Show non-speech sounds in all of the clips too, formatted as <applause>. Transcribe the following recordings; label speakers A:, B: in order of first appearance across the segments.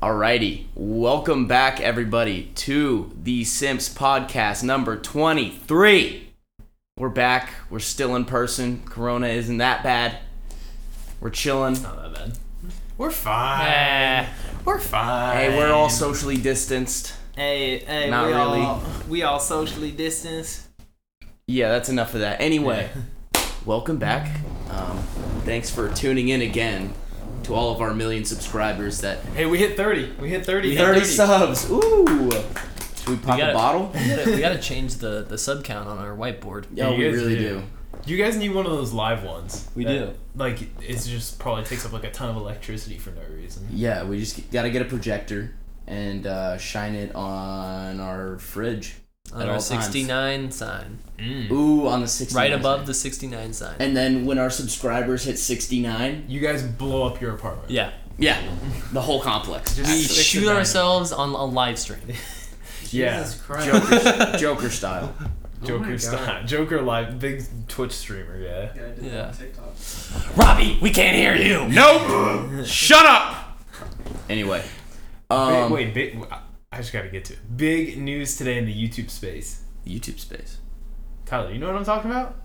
A: Alrighty, welcome back everybody to the Simps Podcast number 23. We're back. We're still in person. Corona isn't that bad. We're chilling.
B: Not that bad.
C: We're fine. We're fine.
A: Hey, we're all socially distanced.
B: Hey, hey,
A: Not
B: we
A: really.
B: all we all socially distanced.
A: Yeah, that's enough of that. Anyway, <laughs> welcome back. Um, thanks for tuning in again to all of our million subscribers that
C: Hey, we hit 30. We hit 30.
A: 30 subs. Ooh. Should we pop
B: gotta-
A: a
C: <laughs>
A: bottle?
B: We gotta, we gotta change the the sub count on our whiteboard.
A: Yeah, we
C: You guys
A: really
C: do.
A: do.
C: You guys need one of those live ones.
B: We
C: that,
B: do.
C: Like, it's just probably takes up like a ton of electricity for no reason.
A: Yeah, we just gotta get a projector and uh, shine it on our fridge.
B: On
A: at
B: our
A: all times.
B: 69 sign,
C: Mm.
A: Ooh, on the 69.
B: right above the 69 sign.
A: And then when our subscribers hit 69,
C: You guys blow up your apartment.
B: yeah,
A: yeah, the whole complex. Ah,
C: Just
B: we
C: six to
B: shoot
C: nine.
B: ourselves on a live <laughs> stream.
C: Yeah.
D: Jesus Christ.
A: Joker, Joker style.
D: Oh my
C: Joker
D: God.
C: style. <laughs> Joker live. Big Twitch streamer, yeah.
D: Yeah, I did
B: Yeah.
D: that on TikTok.
B: Robbie, we can't hear you.
A: Nope! Shut up! Anyway. Um,
C: wait, wait, big, I just gotta get to it. Big news today in the YouTube space.
A: YouTube space.
C: Tyler, you know what I'm talking about?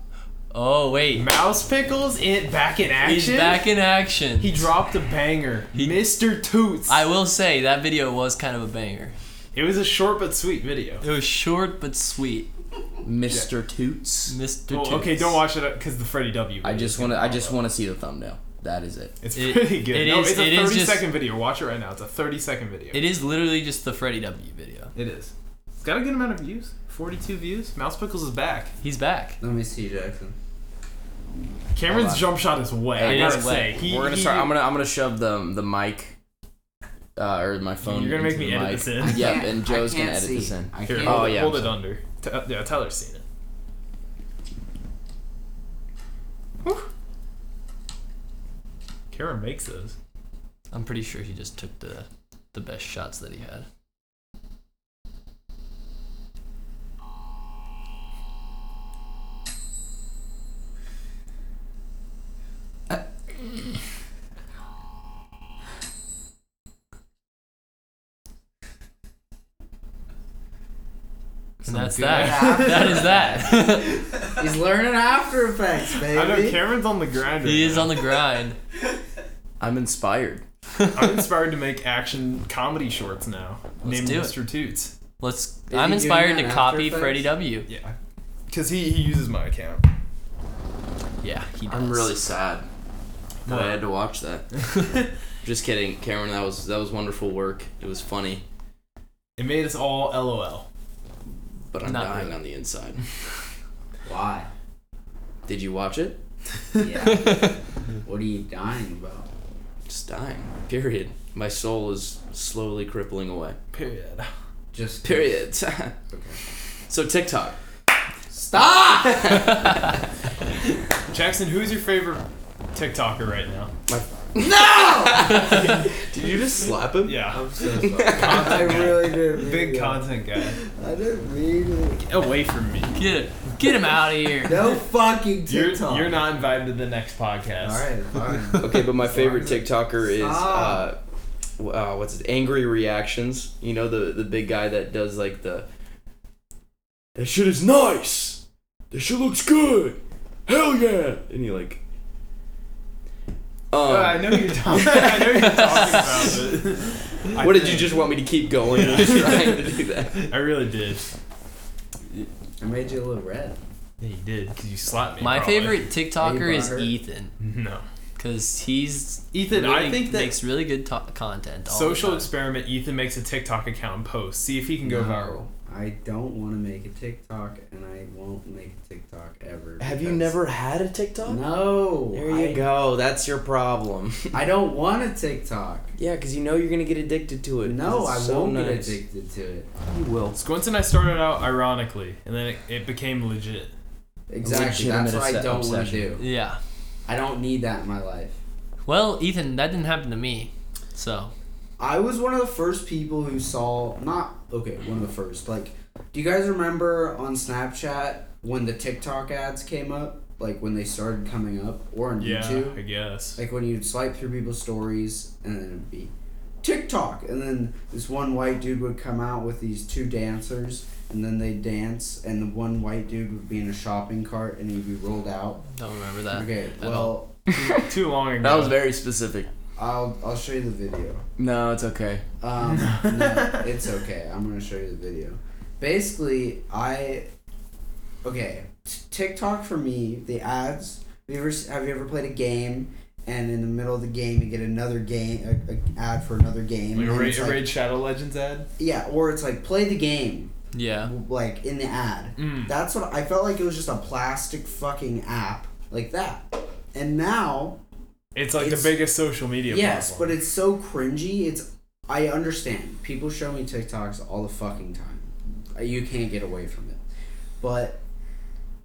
B: Oh wait,
C: Mouse Pickles in, back in action.
B: he's back in action.
C: He dropped a banger. Mr. Toots.
B: I will say that video was kind of a banger.
C: it was a short but sweet video.
B: It was short but sweet,
A: Mr. Toots.
B: Mr.
C: Well, Oh, okay,
B: Toots.
C: don't watch it because the Freddie W.
A: I
C: video
A: just
C: is
A: want to.
C: gonna
A: I
C: pop
A: just
C: up.
A: want to see the thumbnail. That is it.
C: It's
B: It-
C: pretty good.
B: it
C: no,
B: is-
C: it's a
B: it
C: thirty
B: is
C: second
B: just-
C: video. Watch it right now. It's a 30 second video.
B: It is literally just the Freddie W video.
C: it is. It's got a good amount of views. 42 views. Mouse Pickles is back.
B: He's back.
D: Let me see, Jackson.
A: Hold
C: Cameron's
A: on.
C: jump shot is wet.
A: It
C: I gotta
B: is wet.
C: say, he,
A: We're gonna
C: he-
A: start. I'm gonna. I'm gonna shove the the mic, uh, or my phone.
C: You're gonna make
A: into
C: me
A: the
C: edit
A: mic.
C: this in.
A: Yep,
D: can't-
A: and
D: I
A: Joe's gonna
D: can't
A: edit
D: see.
A: this in.
D: I
C: Here,
D: can't.
A: Oh,
C: hold, it-
A: yeah,
C: hold
A: I'm
C: it under. T- uh, yeah, Tyler's seen it. Whew. Karen makes those.
B: I'm pretty sure he just took the the best shots that he had. And that's that. <laughs> that is that.
D: He's learning After Effects, baby.
C: I know Cameron's on the grind.
B: <laughs> he
C: right
B: is
C: now.
B: on the grind.
A: I'm inspired.
C: I'm inspired to make action comedy shorts now.
B: Let's
C: named
B: do it.
C: Mr. Toots.
B: Let's.
D: he
B: I'm
D: doing
B: inspired
D: that
B: to
D: in
B: copy
D: After
B: Freddie
D: Effects?
B: W.
C: Yeah. Because he, he uses my account.
B: Yeah, he does.
A: I'm really sad that I
C: What?
A: had to watch that. Just kidding, Cameron. That was that was wonderful work. It was funny,
C: It made us all LOL.
A: but I'm
B: Not
A: dying
B: really.
A: on the inside.
D: Why?
A: Did you watch it?
D: Yeah. what are you dying about?
A: Just dying. Period. My soul is slowly crippling away.
C: Period.
D: Just
A: Period. <laughs> so TikTok.
D: Stop!
A: <laughs>
C: Jackson, who's your favorite TikToker right now?
B: <laughs>
A: Did you just slap him? Oh,
C: Yeah.
D: I'm <laughs> so sorry. I really did.
C: Big content guy.
D: I didn't mean it.
C: Get away from me.
B: Get him. Get him out of
D: <laughs>
B: here.
D: No fucking
C: You're,
D: TikTok.
C: you're not invited to the next podcast.
D: <laughs> Alright, fine.
A: Okay, but my favorite
D: Sorry.
A: TikToker is uh,
D: Stop.
A: w- uh, what's it? Angry reactions. You know the the big guy that does like the that shit is nice. That shit looks good. Hell yeah! And he like.
C: Uh, I
A: Um,
C: know you're talking. I know you're talking about it.
A: <laughs>
C: I
A: what did you
C: think.
A: just want me to keep
D: <laughs>
A: going? <laughs> I was trying to do that.
C: I really did.
D: I made you a little red.
C: Yeah, you did because you slapped me.
B: My
C: probably.
B: favorite TikToker is
D: Barber.
B: Ethan
C: <laughs> No.
B: because he's
C: Ethan,
B: really
C: I think that
B: makes really good to- content. All
C: social
B: the time.
C: experiment. Ethan makes a TikTok account and posts. See if he can go viral.
D: I don't want to make a TikTok, and I won't make a TikTok ever.
A: Have you
D: because-
A: never had a TikTok?
D: No.
A: There you
D: I,
A: go. That's your problem.
D: I don't want a TikTok.
A: yeah, because you know you're gonna get addicted to it. 'cause
D: No,
A: it's
D: I
A: so
D: won't get
A: nice.
D: addicted to it.
A: You will.
C: Squints and I started out ironically, and then it, it became legit.
D: Exactly. That's what I
A: legitimate
D: don't want to
A: obsession.
D: do.
B: Yeah.
D: I don't need that in my life.
B: Well, Ethan, that didn't happen to me. So
D: I was one of the first people who saw not okay, one of the first. Like, do you guys remember on Snapchat when the TikTok ads came up? Like when they started coming up, or on
C: Yeah,
D: YouTube?
C: I guess.
D: Like when you'd swipe through people's stories and then it'd be TikTok, and then this one white dude would come out with these two dancers, and then they dance, and the one white dude would be in a shopping cart, and he'd be rolled out.
B: Don't remember that.
D: Okay,
B: Uh, at all.
D: well,
C: <laughs> Too long ago.
A: That was very specific.
D: I'll I'll show you the video.
A: No, it's okay.
C: <laughs>
D: Um, no, it's okay. I'm gonna show you the video. Basically, I okay. T- TikTok for me, the ads. Have you ever s- have you ever played a game and in the middle of the game you get another game, a, a ad for another game.
C: like a
D: and
C: Ra-
D: it's
C: a
D: like-
C: Raid Shadow Legends ad.
D: yeah, or it's like play the game,
B: yeah.
D: like in the ad.
C: Mm.
D: That's what I felt like. It was just a plastic fucking app like that. And now,
C: It's like
D: It's-
C: the biggest social media.
D: yes,
C: platform.
D: but it's so cringy. It's I understand. People show me TikToks all the fucking time. Uh, You can't get away from it. But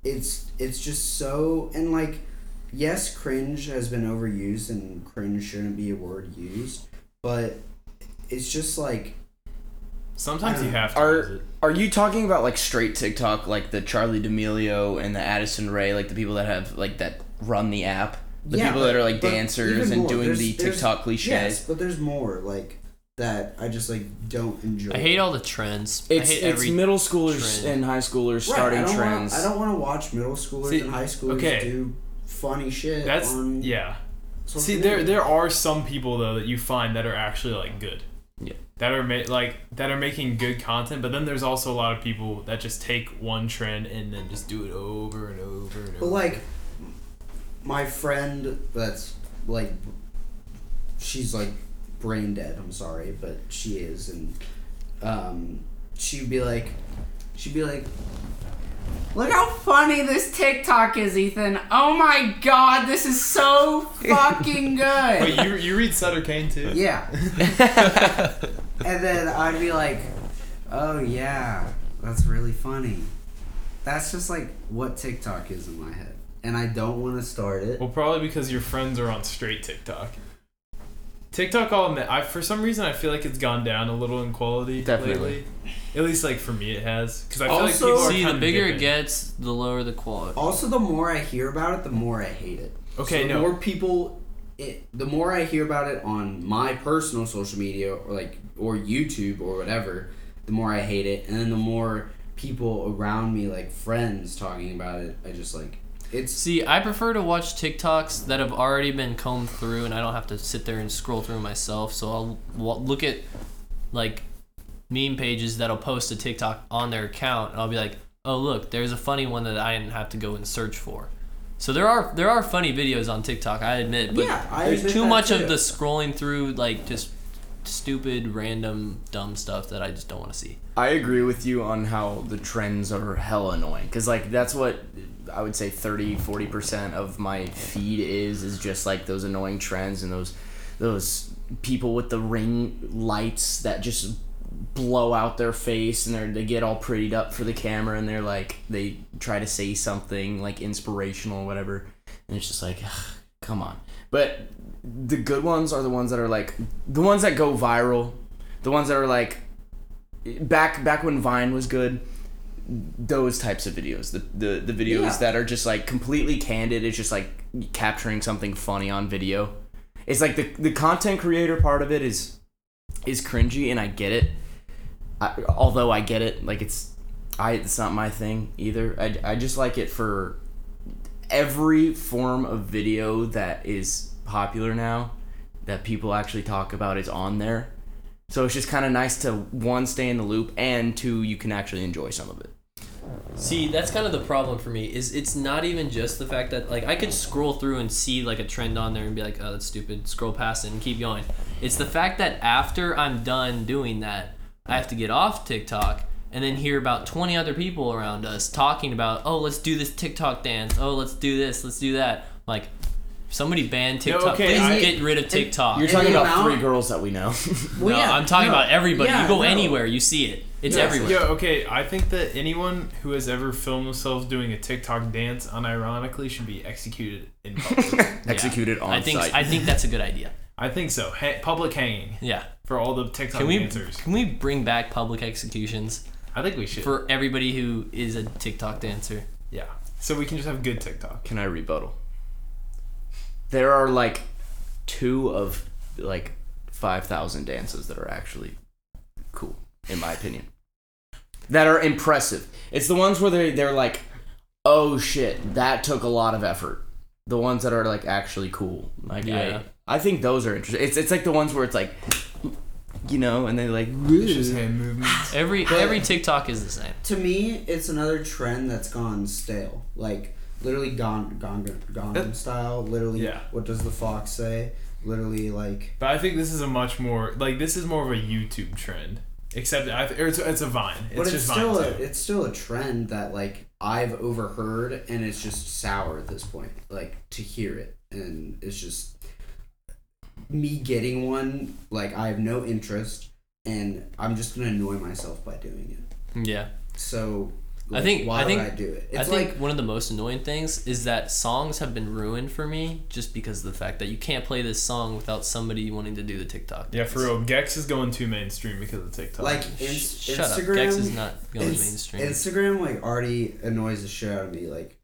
D: it's it's just so and like yes, cringe has been overused and cringe shouldn't be a word used, but it's just like
C: sometimes you have to. use
A: Are
C: it.
A: are you talking about like straight TikTok, like the Charlie D'Amelio and the Addison Ray, like the people that have like that run the app, the
D: Yeah,
A: people
D: but-
A: that are like
D: but
A: dancers
D: even
A: and
D: more,
A: doing
D: there's-
A: the
D: there's-
A: TikTok cliche.
D: Yes, but there's more like that. I just like don't enjoy.
B: I hate all the trends.
A: It's
B: I hate
A: it's
B: every
A: middle schoolers
B: trend.
A: and high schoolers
D: Right,
A: starting
D: I don't
A: trends.
D: Wanna, I don't want to watch middle schoolers
C: See,
D: and high schoolers
C: okay.
D: do funny shit.
C: That's
D: on
C: yeah.
D: social
C: See, there
D: media.
C: there are some people though that you find that are actually like good.
A: Yeah.
C: That are ma- like that are making good content, but then there's also a lot of people that just take one trend and then just do it over and over and over.
D: But like, my friend that's like, she's like brain dead. I'm sorry, but she is, and um, she'd be like, she'd be like, Look how funny this TikTok is, Ethan. Oh my god, this
A: <laughs>
D: is so fucking good.
C: Wait, you you read Sutter Kane too? <laughs>
D: Yeah. and then I'd be like, oh yeah, that's really funny. That's just like what TikTok is in my head. And I don't want to start it.
C: Well, probably because your friends are on straight TikTok. TikTok, I'll admit, I for some reason I feel like it's gone down a little in quality
A: Definitely.
C: lately. At least like for me, it has because I feel
D: Also-
C: like people are
B: See, the
C: kinda
B: bigger it
C: dipping.
B: gets, the lower the quality.
D: Also, the more I hear about it, the more I hate it.
C: Okay,
D: So the
C: no.
D: more people, it, the more I hear about it on my personal social media or like or YouTube or whatever, the more I hate it, and then the more people around me, like friends, talking about it, I just like it's
B: See, I prefer to watch TikToks that have already been combed through, and I don't have to sit there and scroll through myself. So I'll wa look at like meme pages that'll post a TikTok on their account, and I'll be like, "Oh, look, there's a funny one that I didn't have to go and search for." So there are there are funny videos on TikTok, I admit, but
D: Yeah, I
B: there's
D: admit
B: too
D: that
B: much
D: too.
B: of the scrolling through like just stupid, random, dumb stuff that I just don't want to see.
A: I agree with you on how the trends are hella annoying because like that's what I would say 30 40 percent of my feed is is just like those annoying trends and those those people with the ring lights that just blow out their face and they're, they get all prettied up for the camera and they're like they try to say something like inspirational or whatever and it's just like come on but the good ones are the ones that are like the ones that go viral the ones that are like back back when Vine was good, those types of videos, the the, the videos
D: Yeah.
A: that are just like completely candid, it's just like capturing something funny on video. It's like the the content creator part of it is is cringy, and I get it. I, although I get it, like it's I it's not my thing either. I I just like it for every form of video that is popular now that people actually talk about is on there. So it's just kind of nice to one stay in the loop and two you can actually enjoy some of it.
B: See, that's kind of the problem for me. Is it's not even just the fact that like I could scroll through and see like a trend on there and be like, oh, that's stupid. Scroll past it and keep going. It's the fact that after I'm done doing that, I have to get off TikTok and then hear about 20 other people around us talking about, oh, let's do this TikTok dance. Oh, let's do this. Let's do that. Like, somebody ban TikTok.
C: okay,
B: Please
C: I-
B: get rid of TikTok.
A: You're
D: Uh, And
A: talking
D: the
A: about
D: amount-
A: three girls that we know. <laughs>
D: Well,
B: no,
D: yeah,
B: I'm talking
D: no,
B: about everybody.
D: yeah,
B: you go
D: no.
B: anywhere, you see it. It's
D: Yes.
B: everywhere.
C: Yo, okay, I think that anyone who has ever filmed themselves doing a TikTok dance unironically should be executed in public.
D: <laughs>
A: Executed on
B: I think
A: site.
B: I think that's a good idea.
C: I think so. Ha- public hanging
B: Yeah.
C: for all the TikTok
B: Can we
C: dancers.
B: can we bring back public executions
C: I think we should.
B: for everybody who is a TikTok dancer?
C: yeah. So we can just have good TikTok.
A: can I rebuttal? There are like two of like
E: 5,000 dances that are actually cool, in my opinion. That are impressive. It's the ones where they, they're like, oh shit, that took a lot of effort. The ones that are like actually cool. Like,
B: Yeah.
E: I, I think those are interesting. It's, it's like the ones where it's like, you know, and they like,
C: It's just hand movements.
B: Every every TikTok is the same.
D: To me, it's another trend that's gone stale. Like literally gone gone Gangnam style. Literally,
C: Yeah.
D: what does the fox say? Literally, like
C: But I think this is a much more like this is more of a YouTube trend. Except I, or it's, it's a Vine. It's
D: but it's,
C: just
D: still
C: Vine.
D: a,
C: too.
D: it's still a trend that like I've overheard and it's just sour at this point. Like to hear it and it's just me getting one like I have no interest and I'm just gonna annoy myself by doing it.
B: Yeah.
D: So
B: I
D: like,
B: think-
D: why
B: I think-
D: would I do it?
B: I
D: It's
B: think
D: like
B: one of the most annoying things is that songs have been ruined for me just because of the fact that you can't play this song without somebody wanting to do the TikTok.
C: Yeah, for
B: dance.
C: real. Gex is going too mainstream because of TikTok.
D: like
B: Sh-
D: ins-
B: Oh, Shut
D: Instagram
B: up. Gex is not going
D: Ins-
B: mainstream.
D: Instagram like already annoys the shit out of me. Like,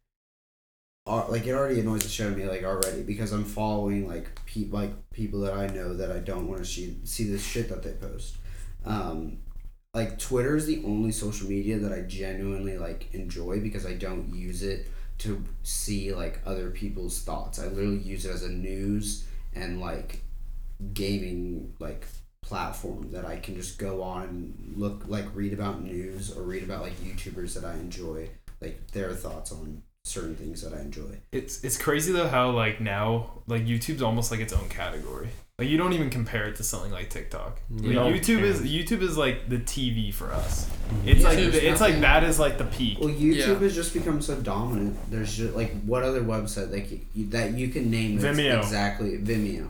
D: ar- like it already annoys the shit out of me like already because I'm following like pe- like people that I know that I don't want to see see the shit that they post. Um, like Twitter is the only social media that I genuinely like enjoy because I don't use it to see like other people's thoughts. I literally use it as a news and like gaming like platform that I can just go on and look like read about news or read about like YouTubers that I enjoy, like their thoughts on certain things that I enjoy.
C: It's it's crazy though how like now like YouTube's almost like its own category. Like you don't even compare it to something like TikTok.
D: Mm-hmm.
C: Like,
B: Yeah.
C: YouTube is YouTube is like the TV for us. It's like
D: Mm-hmm. there's
C: it's like
D: nothing-
C: that is like the peak.
D: Well, YouTube
B: Yeah.
D: has just become so dominant. There's just like what other website like you, that you can name that's
C: Vimeo.
D: exactly Vimeo.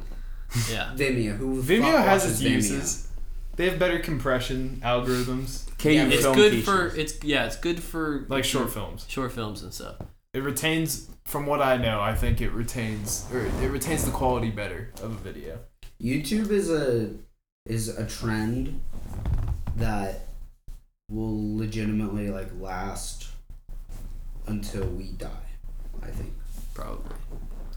B: yeah.
D: Vimeo. Who the
C: Vimeo
D: fuck
C: has
D: watches
C: its
D: Vimeo?
C: uses. They have better compression algorithms,
E: KU
D: Yeah,
B: It's
E: film
B: good
E: features.
B: for it's yeah, it's good for
C: like short films.
B: short films and stuff.
C: It retains, from what I know, I think it retains or it retains the quality better of a video.
D: YouTube is a is a trend that will legitimately like last until we die. I think.
B: Probably.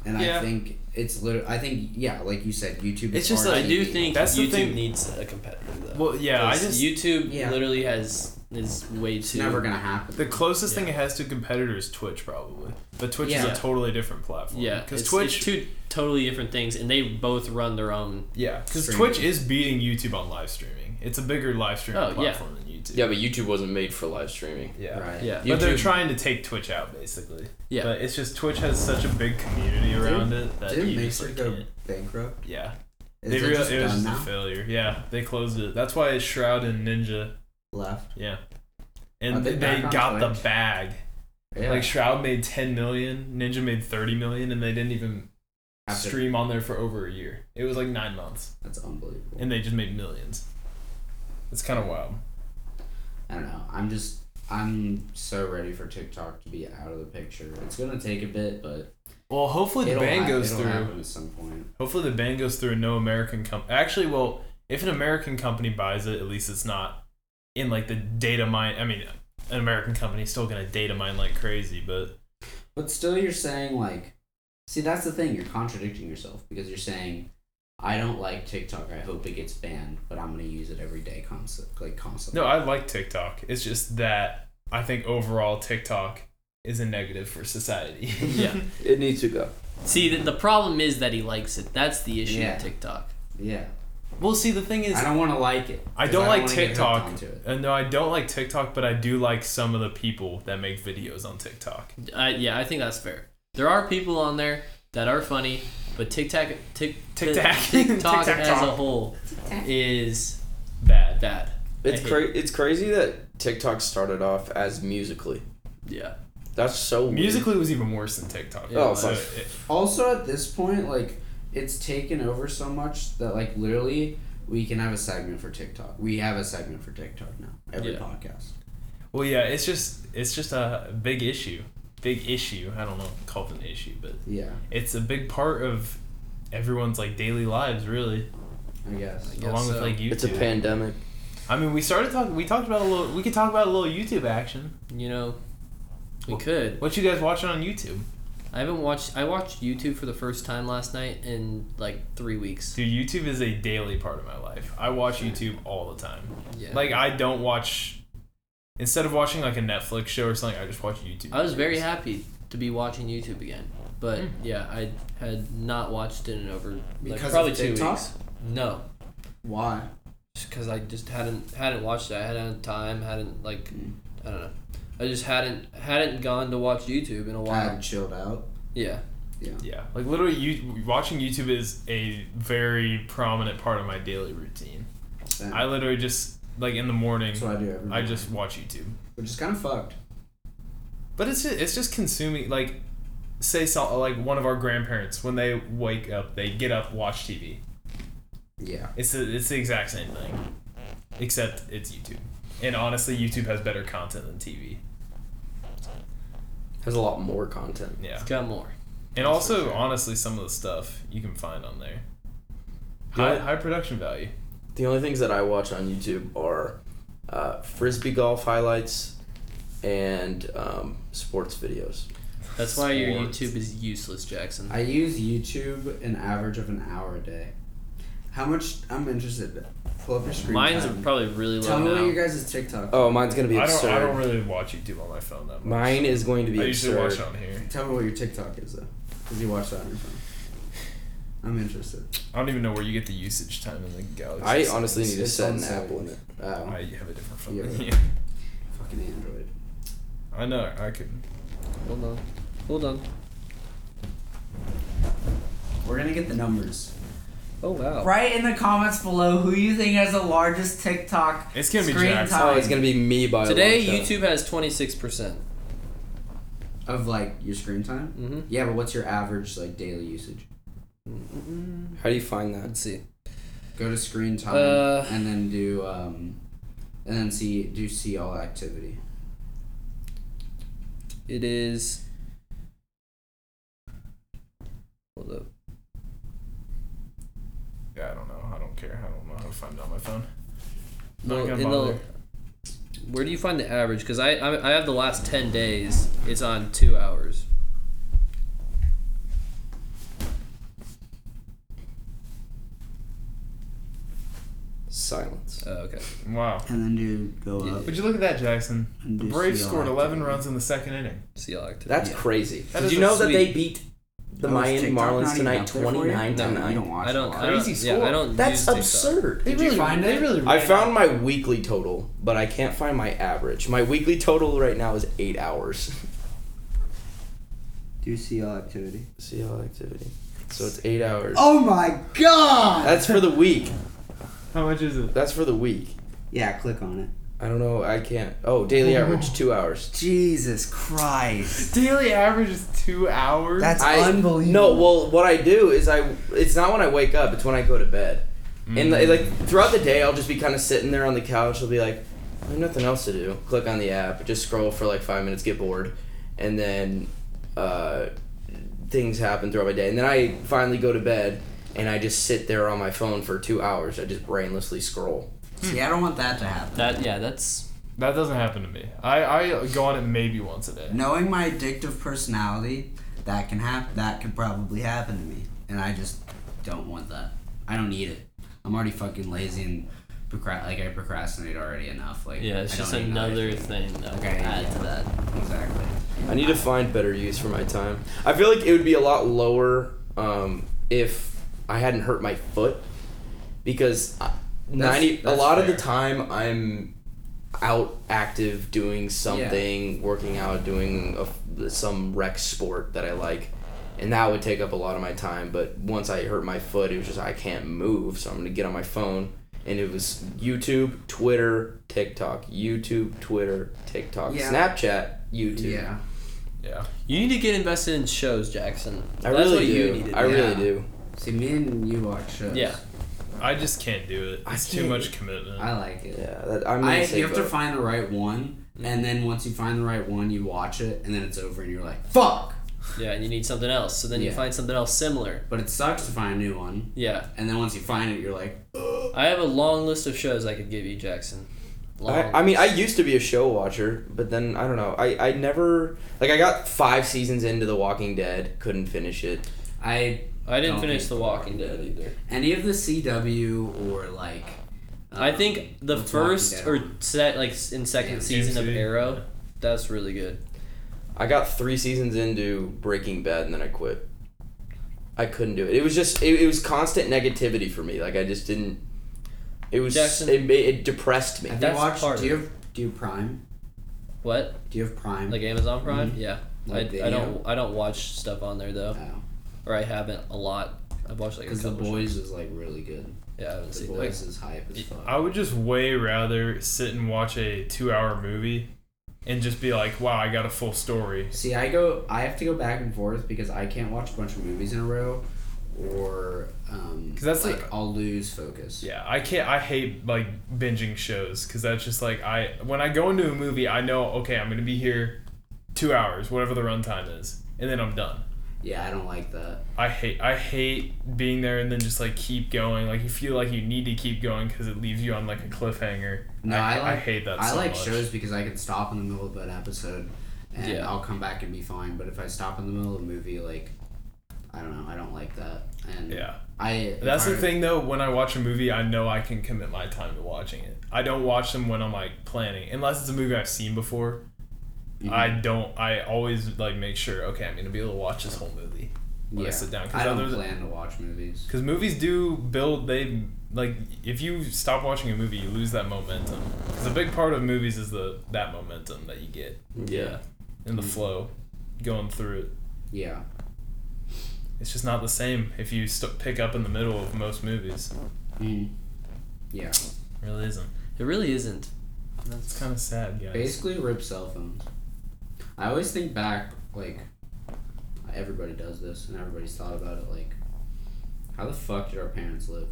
D: And
C: Yeah.
D: I think it's literally, I think, yeah, like you said, YouTube
B: It's
D: is
B: just
D: our
B: I do
D: TV.
B: think
C: That's the
B: YouTube
C: thing.
B: needs a competitor though.
C: Well, yeah, I
B: 'Cause
C: just
B: YouTube
D: Yeah.
B: literally has is way
D: it's
B: too
D: never going to happen.
C: The closest thing
B: Yeah.
C: it has to a competitor is Twitch, probably. But Twitch
D: Yeah.
C: is a totally different platform.
B: yeah,
C: because
B: it's-
C: Twitch,
B: it's two totally different things, and they both run their own.
C: yeah, because
D: Streaming.
C: Twitch is beating YouTube on live streaming. It's a bigger live streaming
B: Oh, yeah.
C: platform than YouTube.
A: Yeah, but YouTube wasn't made for live streaming.
C: yeah,
D: Right.
B: Yeah,
C: But they're
B: YouTube-
C: trying to take Twitch out, basically.
B: Yeah.
C: but it's just Twitch has such a big community around it that
D: Didn't
C: you just,
D: Mixer
C: like,
D: go
C: can't.
D: bankrupt?
C: Yeah,
D: Is
C: they
D: it
C: real-
D: just
C: it was
D: done
C: just
D: now?
C: a failure. Yeah, they closed it. That's why it's Shroud and Ninja.
D: Left.
C: Yeah,
D: Are
C: and
D: they
C: they,
D: back on
C: got the
D: Twitch?
C: bag.
D: Yeah.
C: Like Shroud made 10 million, Ninja made 30 million, and they didn't even
D: After-
C: stream on there for over a year. It was like nine months,
D: That's unbelievable.
C: and they just made millions. It's kind of wild.
D: I don't know. I'm just, I'm so ready for TikTok to be out of the picture. It's going to take a bit, but
C: Well, hopefully the
D: it'll,
C: ban
D: hap-
C: goes
D: it'll
C: through.
D: happen at some point.
C: Hopefully the ban goes through, and no American company. Actually, well, if an American company buys it, at least it's not in like the data mine. I mean, an American company's still gonna data mine like crazy, but
D: But still, you're saying, like, see, that's the thing. You're contradicting yourself because you're saying, I don't like TikTok. I hope it gets banned, but I'm going to use it every day, constant, like, constantly.
C: no, I like TikTok. It's just that I think overall TikTok is a negative for society.
B: Yeah.
A: It needs to go.
B: See, the, the problem is that he likes it. That's the issue
D: Yeah.
B: with TikTok.
D: Yeah.
C: well, see, the thing is,
D: I don't want to like it.
C: I
D: 'cause
C: don't like
D: wanna get hooked
C: TikTok.
D: onto it.
C: Uh, no, I don't like TikTok, but I do like some of the people that make videos on TikTok.
B: I, yeah, I think that's fair. There are people on there that are funny, but TikTok, tic,
C: Tic-tac.
B: <laughs> TikTok
C: Tic-tac
B: as a
C: talk.
B: whole is
C: Bad.
B: bad.
A: It's
B: I hate
A: cra- it's crazy that TikTok started off as musically.
B: Yeah,
A: That's so weird.
C: Musically was even worse than TikTok.
A: Oh,
C: So
A: fuck.
C: it-
D: Also, at this point, like, it's taken over so much that, like, literally, we can have a segment for TikTok. We have a segment for TikTok now. Every
B: Yeah.
D: podcast.
C: well, yeah, it's just it's just a big issue. Big issue. I don't know, if call it an issue, but
D: Yeah,
C: it's a big part of everyone's like daily lives, really,
D: I guess.
B: guess
C: along with
B: so.
C: like YouTube.
A: it's a pandemic.
C: I mean, we started talking. We talked about a little. We could talk about a little YouTube action.
B: you know, we could.
C: What you guys watching on YouTube?
B: I haven't watched. I watched YouTube for the first time last night in like three weeks.
C: Dude, YouTube is a daily part of my life. I watch YouTube all the time.
B: Yeah.
C: Like I don't watch instead of watching like a Netflix show or something, I just watch YouTube.
B: I was very
C: videos.
B: happy to be watching YouTube again, but yeah, I had not watched it in over like
D: Because of
B: probably two
D: TikTok?
B: weeks. No,
D: Why?
B: because I just hadn't hadn't watched it. I hadn't had time. Hadn't like I don't know. I just hadn't hadn't gone to watch YouTube in a
D: Wow.
B: while.
D: chilled out.
B: Yeah.
C: Yeah. Like literally you watching YouTube is a very prominent part of my daily routine.
D: Then.
C: I literally just like in the morning
D: That's what I do every
C: I
D: morning.
C: just watch YouTube.
D: Which is kind of fucked.
C: But it's just, it's just consuming like say so, like one of our grandparents when they wake up, they get up, watch TV.
D: Yeah.
C: It's the, it's the exact same thing, except it's YouTube. And honestly, YouTube has better content than TV.
A: Has a lot more content.
C: Yeah.
B: It's got more.
C: And also, honestly, some of the stuff you can find on there. High,
A: Yeah.
C: high production value.
A: The only things that I watch on YouTube are uh, frisbee golf highlights and um, sports videos.
B: That's why your
C: Sports.
B: YouTube is useless, Jackson.
D: I use YouTube an average of an hour a day. How much? I'm interested. Pull up your screen.
B: Mine's
D: time.
B: probably really low
D: Tell me what
B: now.
D: your guys' TikTok.
A: Oh, mine's gonna be
C: I
A: absurd.
C: don't, I don't really watch YouTube on my phone that much.
A: Mine is going to be
C: I usually
A: absurd.
C: watch it on here.
D: Tell me what your TikTok is though, because you watch that on your phone. I'm interested.
C: I don't even know where you get the usage time in the galaxy.
A: I honestly need to
D: It's
A: set
D: on
A: an
D: settings.
A: app limit. Um,
D: Oh,
C: I have a different phone than
D: Yeah.
C: you.
D: fucking Android.
C: <laughs> I know. I can.
B: Hold on. Hold on.
D: We're gonna get the numbers.
B: Oh wow.
F: Write in the comments below who you think has the largest TikTok.
C: It's gonna be
F: Screen
C: Jackson.
F: time.
A: Oh, it's gonna be me by a
B: Today
A: long shot.
B: YouTube has twenty six percent.
D: Of like your screen time.
B: Mhm.
D: Yeah, but what's your average like daily usage?
A: How do you find that?
B: Let's see.
D: Go to screen time
B: Uh,
D: and then do um, and then see do see all activity.
B: It is. Hold up.
C: Yeah, I don't know. I don't care. I don't know how to find it on my phone. Not
B: Well,
C: gonna
B: in the,
C: bother.
B: where do you find the average? Because I, I I have the last ten days. It's on two hours.
A: Silence.
B: Oh, okay.
C: Wow.
D: And then do go
B: Yeah.
D: up.
C: Would you look at that, Jackson?
D: And
C: The
D: do
C: Braves
D: see all
C: scored 11
D: activity.
C: runs in the second inning.
B: See y'all active.
A: That's crazy.
C: That
A: Did
C: is
A: you
C: a
A: know that they
C: sweet-
A: beat the
D: Oh, is
A: Miami
D: TikTok
A: Marlins
D: not even
A: tonight,
D: up there for you?
A: 29 to
D: No, you don't
A: 9?
D: watch
B: I don't. I
D: a lot.
B: don't
C: Crazy
B: yeah,
C: score.
B: I don't.
A: That's
B: use TikTok.
A: absurd.
C: They
D: Did you
C: really,
D: find
C: they
D: it?
C: really
A: I
C: ran
A: found my weekly total, but I can't find my average. My weekly total right now is eight hours. <laughs>
D: Do see all activity.
A: See all activity. So it's eight hours.
D: Oh my god!
A: That's for the week.
C: How much is it?
A: That's for the week.
D: Yeah, click on it.
A: I don't know. I can't. Oh, daily average two hours.
D: Jesus Christ.
C: Daily average is two hours.
D: That's
A: I,
D: unbelievable.
A: No, well, what I do is I. It's not when I wake up. It's when I go to bed.
C: Hmm.
A: And like, like throughout the day, I'll just be kind of sitting there on the couch. I'll be like, I have nothing else to do. Click on the app. Just scroll for like five minutes. Get bored, and then uh, things happen throughout my day. And then I finally go to bed, and I just sit there on my phone for two hours. I just brainlessly scroll.
D: <laughs> See, I don't want that to happen.
B: That yeah. That's
C: that doesn't happen to me. I, I go on it maybe once a day.
D: Knowing my addictive personality, that can happen. That could probably happen to me, and I just don't want that. I don't need it. I'm already fucking lazy and procra- like I procrastinate already enough. Like
B: yeah. It's
D: I
B: just
D: don't need
B: another thing that will
D: Okay,
B: add
D: yeah.
B: to that.
D: Exactly.
A: I need to find better use for my time. I feel like it would be a lot lower um, if I hadn't hurt my foot because I- ninety
D: that's
A: a lot of
D: fair.
A: the time I'm out active doing something, working out, doing a f some rec sport that I like. And that would take up a lot of my time, but once I hurt my foot, it was just I can't move, so I'm gonna get on my phone. And it was YouTube, Twitter, TikTok, YouTube, Twitter, TikTok,
D: Yeah.
A: Snapchat, YouTube.
D: Yeah.
C: Yeah.
B: You need to get invested in shows, Jackson.
A: I
B: That's
A: really
B: what
A: do.
B: You need to do.
A: I really
D: Yeah.
A: do.
D: See, me and you watch shows.
B: Yeah.
C: I just can't do it.
A: I
C: It's too
A: can't-
C: much commitment.
D: I like it.
A: Yeah, that, I'm
D: I,
A: gonna say
D: you have to
A: vote.
D: find the right one,
B: Mm-hmm.
D: and then once you find the right one, you watch it, and then it's over, and you're like, "Fuck!"
B: Yeah, and you need something else. So then you
D: Yeah.
B: find something else similar.
D: But it sucks to find a new one,
B: Yeah.
D: and then once you find it, you're like, "Ugh."
B: I have a long list of shows I could give you, Jackson. long.
A: I, I mean, I used to be a show watcher, but then I don't know. I, I never like I got five seasons into The Walking Dead, couldn't finish it.
D: I
B: I didn't
D: Don't
B: finish
D: think
B: The Walking Dead either.
D: any of the CW or like.
B: I
D: um,
B: think the
D: what's Walking
B: first
D: Dead
B: or
D: on?
B: set like s- in second
D: Yeah,
B: season of
C: TMC.
B: Arrow, that's really good.
A: I got three seasons into Breaking Bad, and then I quit. I couldn't do it. It was just it, it was constant negativity for me. Like I just didn't. It was
B: Jackson-
A: it, ma- it depressed me.
D: Have you
B: that's
D: watched?
B: part
D: Do
B: of
D: you have do you have Prime?
B: What?
D: Do you have Prime?
B: Like Amazon Prime? Yeah.
D: Mm-hmm. Like
B: I, I
D: video?
B: don't I don't watch stuff on there though,
D: Because
B: or I haven't a lot. I've watched like a
D: the
B: couple.
D: boys is like really good.
B: yeah, I haven't
D: The
B: seen like,
D: boys is hype as fuck.
C: I would just way rather sit and watch a two hour movie and just be like, wow, I got a full story.
D: See, I go. I have to go back and forth because I can't watch a bunch of movies in a row, or um,
C: 'Cause that's
D: like
C: like-
D: I'll lose focus.
C: Yeah, I can't. I hate like binging shows because that's just like I. When I go into a movie, I know okay, I'm gonna be here two hours, whatever the runtime is, and then I'm done.
D: Yeah, I don't like that.
C: I hate. I hate being there and then just like keep going. Like you feel like you need to keep going because it leaves you on like a cliffhanger.
D: No,
C: I,
D: I, like,
C: I hate that.
D: I
C: so
D: like
C: much.
D: shows because I can stop in the middle of an episode, and
B: Yeah.
D: I'll come back and be fine. But if I stop in the middle of a movie, like I don't know, I don't like that. And
C: Yeah.
D: I if
C: That's the
D: I-
C: thing though, when I watch a movie, I know I can commit my time to watching it. I don't watch them when I'm like planning. Unless it's a movie I've seen before.
D: Mm-hmm.
C: I don't I always like make sure, okay, I'm gonna be able to watch this whole movie. When I
D: Yeah,
C: sit down.
D: I don't
C: Because
D: plan to watch movies.
C: movies do build they like if you stop watching a movie you lose that momentum. Because a big part of movies is the that momentum that you get
A: yeah.
C: and
D: Mm.
C: the flow going through it.
D: Yeah,
C: It's just not the same if you st- pick up in the middle of most movies. Mm-hmm.
D: Mm. yeah.
C: It really isn't.
B: it really isn't.
C: That's kind of sad, guys.
D: Basically, rip cell phones. I always think back, like, everybody does this, and everybody's thought about it, like, how the fuck did our
C: <laughs>
D: parents live?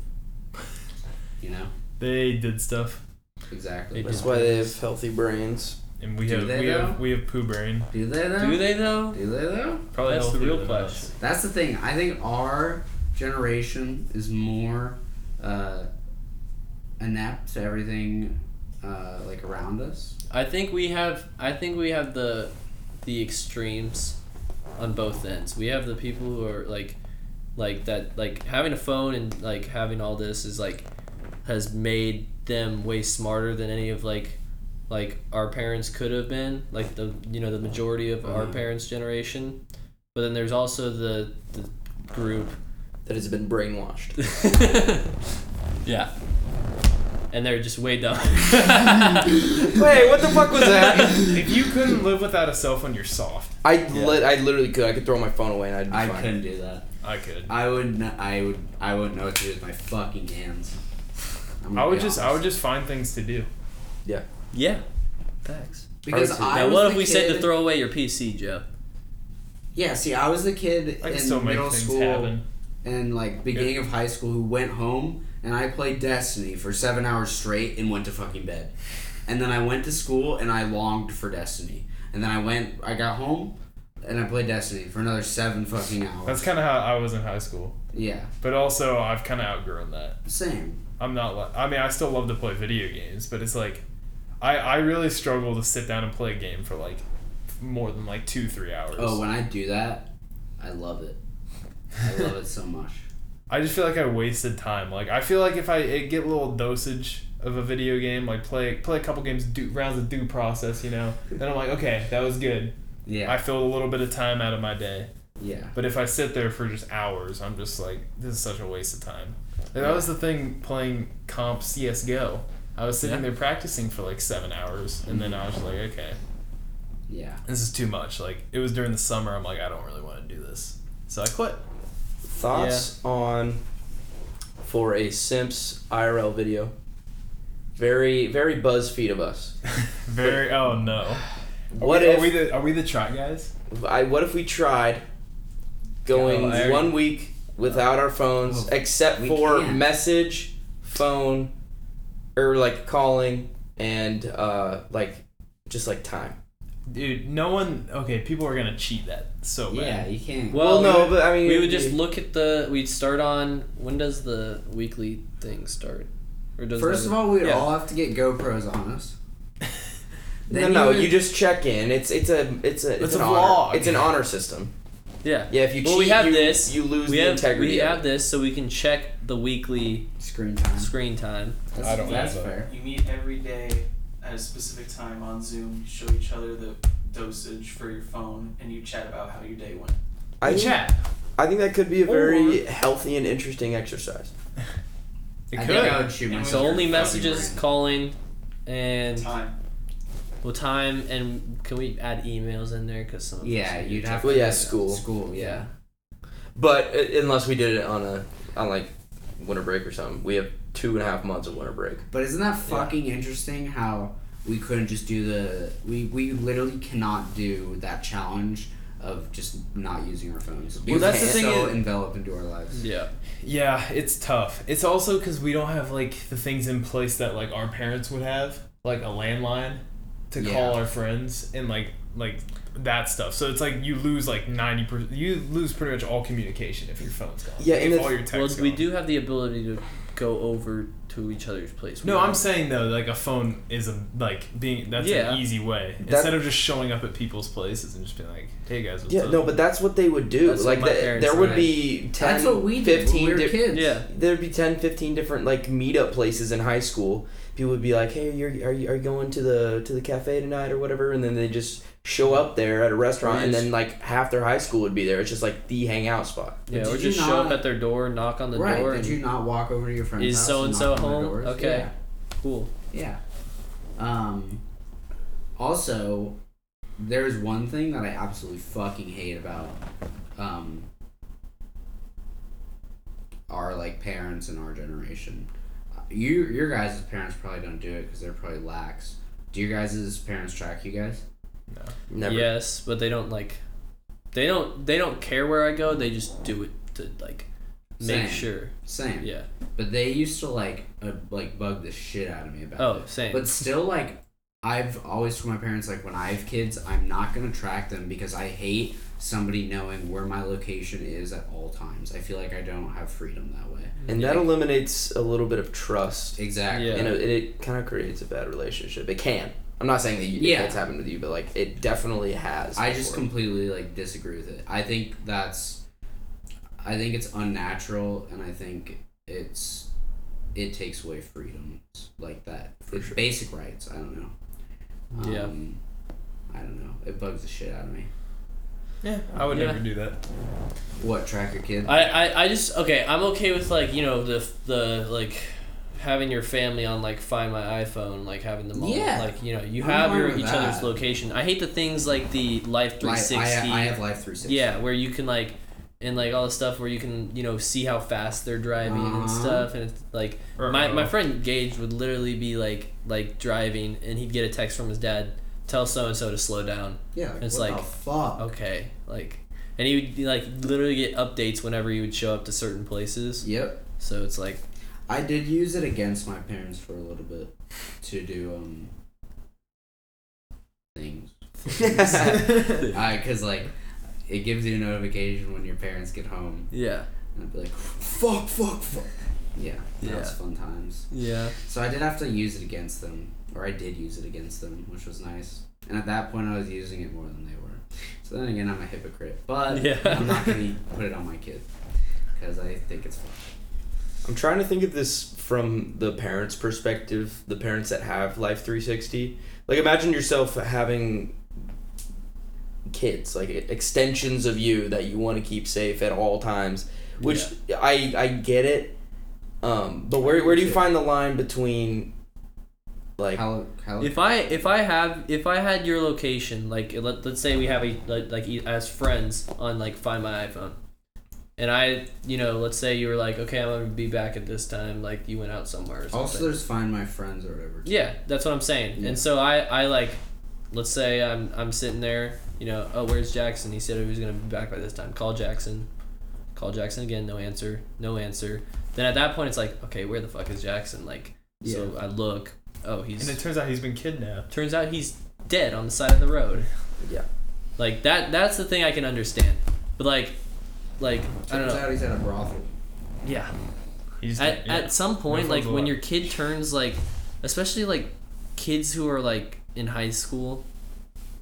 D: You know?
C: They did stuff,
D: Exactly.
B: They
A: That's
B: Yeah.
A: why they have healthy brains.
C: and we
D: Do
C: have
D: they
C: we
D: though?
C: have we have poo brain.
D: Do they, though?
B: Do they though?
D: Do they, though?
C: Probably
B: That's the
C: healthier
B: real
C: than
B: question.
C: us.
D: That's the thing. I think our generation is more uh, inept to everything, uh, like, around us.
B: I think we have I think we have the the extremes on both ends. We have the people who are like like that like having a phone and like having all this is like has made them way smarter than any of like like our parents could have been like the you know the majority of our
D: Mhm.
B: parents generation but then there's also the the group <laughs>
A: That has been brainwashed.
B: yeah and they're just way dumb
A: Wait, what the fuck was that?
C: <laughs> if you couldn't live without a cell phone, you're soft.
A: <laughs> I lit. I literally could. I could throw my phone away and I'd be
D: I
A: fine.
D: couldn't do that.
C: I could.
D: I would. Not, I would. I wouldn't know what to do with my fucking hands. I'm
C: I
D: gonna
C: would
D: be
C: just I
D: honest.
C: would just find things to do.
B: yeah thanks
D: Because
A: Hard to-
D: I
B: Now,
D: was
B: what
D: the
B: if we said to
D: kid-
B: throw away your PC, Joe?
D: Yeah, see, I was the kid
C: I can
D: in
C: still make
D: middle
C: things
D: school
C: happen.
D: and like beginning of high school who went home and I played Destiny for seven hours straight and went to fucking bed, and then I went to school and I longed for Destiny, and then I went, I got home, and I played Destiny for another seven fucking hours.
C: That's kind of how I was in high school,
D: yeah,
C: but also I've kind of outgrown that.
D: same.
C: I'm not like I mean I still love to play video games, but it's like I I really struggle to sit down and play a game for like more than like two three hours.
D: Oh, when I do that, I love it. I love it so much.
C: <laughs> I just feel like I wasted time. Like I feel like if I eh, get a little dosage of a video game, like play play a couple games, do rounds of due process, you know, then I'm like, okay, that was good.
D: Yeah,
C: I filled a little bit of time out of my day.
D: yeah.
C: But if I sit there for just hours, I'm just like, this is such a waste of time. And that was the thing playing comp CS:GO. I was sitting
B: Yeah.
C: there practicing for like seven hours, and then I was like,
D: Mm-hmm.
C: okay,
D: Yeah.
C: this is too much. Like it was during the summer. I'm like, I don't really want to do this, so I
D: <laughs>
C: quit.
A: Thoughts on for a Simps IRL video? Very, very BuzzFeed of us.
C: Very. Oh no.
A: What
C: are
A: if
C: we the are we the try guys?
A: I, what if we tried going
C: Oh, I-
A: one week without our phones,
D: Oh,
A: except
D: we
A: for
D: can't.
A: message, phone, or like calling and uh, like just like time.
C: Dude, no one. Okay, people are gonna cheat that so
D: Yeah,
C: bad.
D: you can't.
A: Well,
B: Well,
A: no, but I mean,
B: we
A: it
B: would just
A: be-
B: look at the. We'd start on when does the weekly thing start?
C: Or does
D: First
C: that-
D: of all, we'd
C: yeah.
D: all have to get GoPros on us.
A: No,
D: Then
A: no,
D: would-
A: you just check in. It's it's a it's a it's,
C: It's
A: an
C: a
A: honor.
C: vlog.
A: It's an honor system.
B: Yeah.
A: Yeah, if you
B: Well,
A: cheat,
B: we have
A: you,
B: this.
A: you lose
B: we
A: the
B: have,
A: integrity.
B: We
A: of
B: have
A: it.
B: this so we can check the weekly
D: screen time.
B: screen time.
D: That's,
C: I don't
D: That's
C: have that.
D: fair.
G: You meet every day at a specific time on Zoom. You show each other the dosage for your phone, and you chat about how your day went.
A: I think,
E: chat.
A: I think that could be a very healthy and interesting exercise.
C: It
D: I
C: could.
D: think I would shoot
G: And
D: myself.
B: So only
D: in the fucking
B: messages,
D: brain.
B: calling, and
G: Time.
B: well, time, and can we add emails in there? Cause some. of
D: Yeah,
B: us
D: you'd have.
A: Well,
D: to
A: yeah, school.
D: School, yeah.
A: But uh, unless we did it on a on like winter break or something, we have two and a half months of winter break.
D: But isn't that fucking interesting? How we couldn't just do the we we literally cannot do that challenge of just not using our phones. We
A: that's the
D: get
A: thing
D: So
A: is-
D: enveloped into our lives.
B: Yeah.
C: Yeah, it's tough. It's also because we don't have like the things in place that like our parents would have, like a landline to
D: Yeah.
C: call our friends and like like that stuff. So it's like you lose like ninety percent. You lose pretty much all communication if your phone's gone.
A: Yeah, and
C: if
A: if-
C: all your text.
B: Well, we do have the ability to go over to each other's place. We
C: No,
B: don't-
C: I'm saying though, like a phone is a like being that's
B: Yeah.
C: an easy way instead of just showing up at people's places and just being like, "Hey guys, what's
A: Yeah,
C: up?"
A: no, but that's what they would do.
B: That's
A: like
B: what my
A: the-
B: parents
A: there would
B: did.
A: be 10,
D: That's what we did when
A: 15
D: we were
A: di-
D: kids.
B: Yeah.
A: There'd be 10, 15 different like meetup places in high school. People would be like, "Hey, you're, are you are you going to the to the cafe tonight or whatever?" And then they just show up there at a restaurant, and then like half their high school would be there. It's just like the hangout spot.
B: Yeah,
D: Did
B: or
D: you
B: just show up
D: not-
B: at their door, knock on the
D: right?
B: door.
D: Did
B: and-
D: you not walk over to your friend's
B: Is
D: house?
B: so and so
D: knock on their
B: home?
D: doors?
B: Okay.
D: Yeah.
B: cool.
D: Yeah. Um, also, there's one thing that I absolutely fucking hate about um, our like parents and our generation. You, your guys' parents probably don't do it because they're probably lax. Do your guys' parents track you guys?
A: Never.
B: Yes, but they don't like. They don't. They don't care where I go. They just do it to like
D: Same.
B: make sure.
D: Same.
B: Yeah.
D: But they used to like uh, like bug the shit out of me about.
B: Oh,
D: it.
B: same.
D: But still, like, I've always told my parents, like, when I have kids, I'm not going to track them because I hate somebody knowing where my location is at all times. I feel like I don't have freedom that way.
A: And that eliminates a little bit of trust,
D: Exactly.
B: Yeah.
A: and it, it kind of creates a bad relationship. It can. I'm not saying that you,
D: Yeah.
A: it's happened with you, but like it definitely has.
D: I just
A: before. <laughs>
D: <laughs> completely, like, disagree with it. I think that's. I think it's unnatural, and I think it's. It takes away freedoms like that. It's Basic rights. I don't know.
B: Yeah.
D: Um, I don't know. It bugs the shit out of me.
C: yeah, I would
B: Yeah.
C: never do that.
D: What, track your kid?
B: I, I, I just okay. I'm okay with like you know the the like having your family on like find my iPhone, like having them all
D: Yeah.
B: like you know you
D: I'm
B: have
D: fine
B: your
D: with
B: each
D: that.
B: other's location. I hate the things like the Life
D: Li- I-
B: 360.
D: I, I have Life 360.
B: yeah, where you can like and like all the stuff where you can you know see how fast they're driving
D: Uh-huh.
B: and stuff and it's like my,
C: uh,
B: my friend Gage would literally be like like driving and he'd get a text from his dad tell so and so to slow down
D: Yeah,
B: It's
D: what
B: like, oh.
D: the fuck.
B: okay like and he would like literally get updates whenever he would show up to certain places
D: Yep,
B: so it's like
D: I did use it against my parents for a little bit to do um things. I cause like it gives you a notification when your parents get home,
B: yeah
D: and I'd be like, fuck, fuck, fuck. Yeah, that was
B: Yeah.
D: fun times.
B: yeah
D: So I did have to use it against them, or I did use it against them, which was nice. And at that point, I was using it more than they were. So then again, I'm a hypocrite, but
B: Yeah.
D: I'm not gonna put it on my kid because I think it's fun.
A: I'm trying to think of this from the parents' perspective, the parents that have Life 360. Like, imagine yourself having kids, like e-, extensions of you that you want to keep safe at all times, which I, I get it. Um, but where, where do you find the line between, like,
D: How, how
B: if I if I have if I had your location like let, let's say we have a like, like e- as friends on like find my iPhone and I you know let's say you were like okay I'm gonna be back at this time like you went out somewhere or something
D: Also, there's find my friends or whatever. too.
B: Yeah, that's what I'm saying.
D: Yeah.
B: And so I, I like, let's say I'm, I'm sitting there, you know, oh, where's Jackson? He said he was going to be back by this time. Call Jackson. Call Jackson again. No answer. No answer. Then at that point, it's like, okay, where the fuck is Jackson? Like, so I look. Oh,
C: And it
B: he's.
C: turns out he's been kidnapped.
B: Turns out he's dead on the side of the road.
A: Yeah.
B: Like, that. that's the thing I can understand. But, like, like, I don't
D: Turns
B: know.
D: out he's at a brothel.
B: Yeah.
C: He just-
B: at,
C: yeah.
B: at some point
C: No
B: like
C: phones
B: when
C: allowed.
B: your kid turns like especially like kids who are like in high school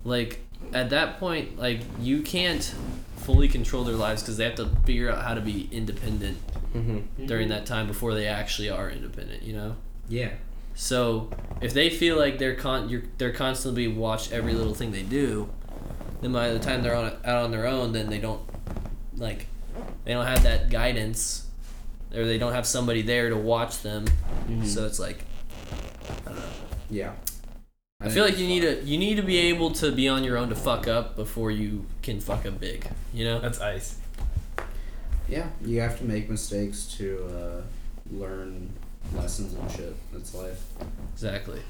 B: like at that point like you can't fully control their lives because they have to figure out how to be independent
A: mm-hmm.
B: during
D: Mm-hmm.
B: that time before they actually are independent you know
D: Yeah.
B: so if they feel like they're con you're, they're constantly being watched every little thing they do, then by the time they're on out on their own, then they don't like they don't have that guidance, or they don't have somebody there to watch them. So it's like
D: Yeah.
B: I feel like you need to you need to be able to be on your own to fuck up before you can fuck up big. You know.
C: That's ice.
D: Yeah, you have to make mistakes to uh, learn lessons and shit. That's life.
B: Exactly.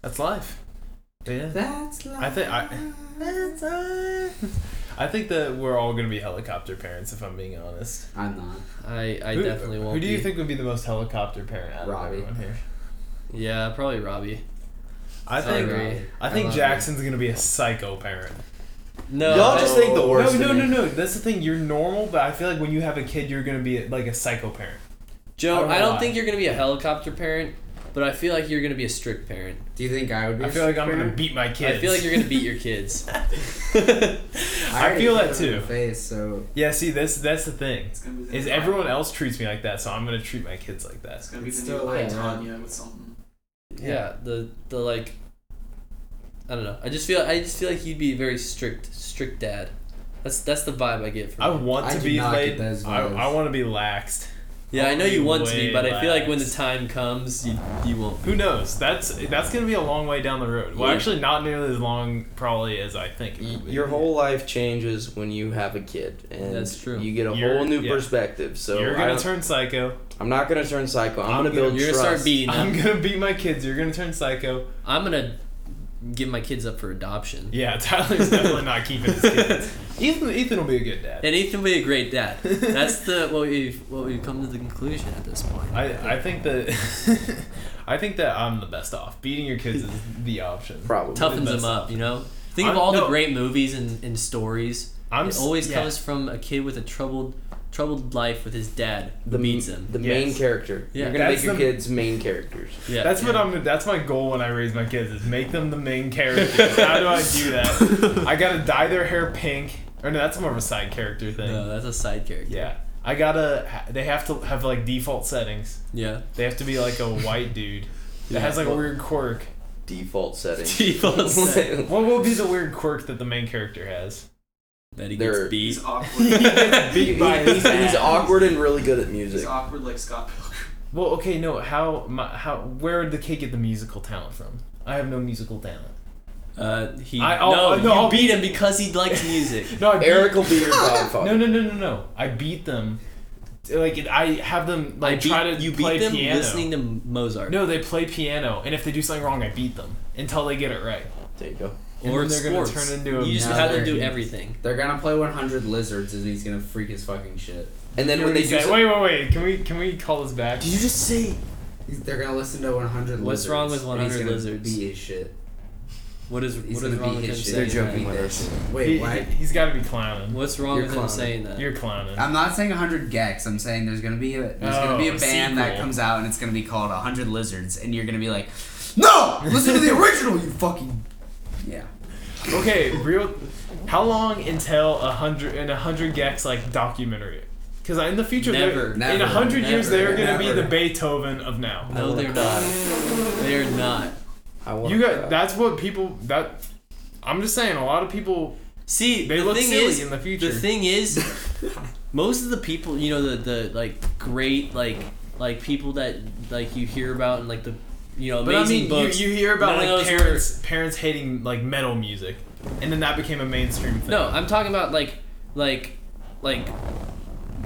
C: That's life. Yeah.
D: That's life.
C: I think I. I think that we're all gonna be helicopter parents, if I'm being honest.
D: I'm not.
B: I I
C: Who-
B: definitely won't.
C: Who do you
B: be-
C: think would be the most helicopter parent out
D: Robbie.
C: of everyone here?
B: Yeah, probably Robbie.
C: I
B: I
C: think.
B: agree.
C: I think
B: love
C: Jackson's gonna be a psycho parent.
B: No.
A: Y'all just think the worst.
C: no,
A: of
C: no,
A: me.
C: no, no. That's the thing. You're normal, but I feel like when you have a kid, you're gonna be like a psycho parent. I
B: Joe,
C: don't know
B: I don't
C: why.
B: think you're gonna be a helicopter parent, but I feel like you're gonna be a strict parent.
D: Do you think I would be?
C: I feel like I'm gonna beat my kids.
B: I feel like you're <laughs> gonna beat your
C: <laughs>
B: kids.
C: I feel that
D: In
C: too.
D: the face, so
C: Yeah. See, that's that's the thing.
G: It's gonna be the
C: Is
G: new-
C: everyone else treats me like that, so I'm gonna treat my kids like that.
G: It's gonna be
D: It's
G: the new
D: still
G: I
D: there,
G: Tanya with something.
B: yeah. the the like. I don't know. I just feel I just feel like you'd be a very strict strict dad. That's that's the vibe I get from.
C: I
B: you.
C: want
D: I
C: to
D: do
C: be
D: not get
C: laid.
D: those
C: I,
D: vibes.
C: I want to be laxed.
B: yeah, I know you want to
C: way
B: be, but I feel like when the
C: lax.
B: time comes, you you won't.
C: Who knows? That's that's gonna be a long way down the road. Well,
B: Yeah.
C: actually, not nearly as long probably as I think. It
A: Y-
C: would be.
A: Your whole life changes when you have a kid, and
B: That's true.
A: You get a
C: You're-
A: whole new
C: yeah.
A: perspective. So
C: you're
A: I
C: gonna
A: don't-
C: turn psycho.
A: I'm not gonna turn psycho. I'm,
C: I'm
A: gonna
C: gonna-
A: build
B: You're gonna
A: trust.
B: start beating
C: I'm
B: them.
C: gonna beat my kids. You're gonna turn psycho.
B: I'm gonna give my kids up for adoption.
C: Yeah, <laughs> Tyler's definitely not keeping his kids. Ethan, Ethan will be a good dad.
B: And Ethan will be a great
C: <laughs>
B: dad. That's the what we've what we've come to the conclusion at this point.
C: I, I think that <laughs> I think that I'm the best off. Beating your kids is the option.
A: Probably.
B: toughens
C: That's-
B: them up, you know. Think of
C: I'm-
B: all the
C: no.
B: great movies and, and stories.
C: I'm
B: it
C: s-
B: always
C: yeah.
B: comes from a kid with a troubled troubled life with his dad who
A: The
B: beats
A: m-
B: him.
A: The
C: Yes.
A: main character.
B: Yeah.
A: You're gonna
C: That's
A: make your
C: the-
A: kids main characters.
B: yeah,
C: That's what
B: yeah.
C: I'm. That's my goal when I raise my kids is make them the main characters. <laughs> How do I do
B: <laughs>
C: that? I gotta dye their hair pink. Or no, that's more of a side character thing.
B: No, that's a side character.
C: Yeah, I gotta. They have to have like default settings.
B: Yeah.
C: They have to be like a white dude that
B: Yeah.
C: has like a weird quirk.
A: Default setting.
B: <laughs>
C: <laughs>
B: Default
A: <laughs>
B: setting.
C: What would be the weird quirk that the main character has?
B: That he
A: They're-
B: gets beat.
C: <laughs>
G: He's awkward.
A: He-
C: Beat by
A: he's-
C: his
A: he's
C: dad.
A: awkward and really good at
G: He's
A: music.
G: awkward like Scott Pilgrim.
C: Well, okay, no. How? My, how? Where did the kid get the musical talent from? I have no musical talent.
B: Uh, he
C: I- I'll-
B: no,
C: uh, no,
B: you
C: I'll-
B: beat him because he likes music.
C: No, I beat,
A: Eric will be your godfather.
C: <laughs> No, no, no, no, no. I beat them. Like I have them <laughs>
B: I
C: like
B: beat,
C: try to
B: you
C: play
B: beat them
C: piano.
B: listening to Mozart.
C: No, they play piano, and if they do something wrong, I beat them until they get it right.
A: There you go.
C: And
B: or
C: then they're gonna
B: sports.
C: turn into a
B: you just
D: No,
B: have them
D: they're-
B: do everything.
D: they're gonna play 100 lizards, and he's gonna freak his fucking shit.
A: And then
C: You
A: when they
C: already
A: do
C: said-
A: some-
C: wait, wait, wait. Can we can we call this back?
A: Did you just say?
D: He's, they're gonna listen to 100
B: What's
D: lizards.
B: wrong with
D: and
B: 100
D: he's gonna
B: lizards?
D: Beat his shit.
B: What is
D: He's
B: what is
D: gonna
B: wrong
D: beat
B: with him
D: his shit.
B: saying that?
A: joking with
D: Beat
A: us.
D: that.
C: He,
D: Wait, what?
C: has got to be clowning.
B: What's wrong
D: You're
B: with him
D: clowning.
B: saying that?
C: You're clowning.
D: I'm not saying 100 gecks. I'm saying there's gonna be a there's gonna be
C: Oh,
D: a
C: a
D: band that
C: sequel.
D: comes out and it's gonna be called 100 Lizards, and you're gonna be like, no, listen to <laughs> the original, you fucking. Yeah.
C: okay, real. How long until a hundred and a hundred gex like documentary? Because in the future, they're-
B: Never.
C: in
D: Never.
C: a hundred years, they're
D: Never.
C: gonna be
D: Never.
C: the Beethoven of now.
B: no, they're not. They're not.
A: I want
C: You got that's what people that. I'm just saying, a lot of people
B: See,
C: They
B: the
C: look
B: thing
C: silly
B: is,
C: in the future.
B: thing is, <laughs> most of the people, you know, the the like great like like people that like you hear about and like the you know
C: But I
B: amazing
C: mean,
B: books.
C: you, you hear about
B: None of
C: like
B: those
C: parents parents hating like metal music, and then that became a mainstream thing.
B: no, I'm talking about like like like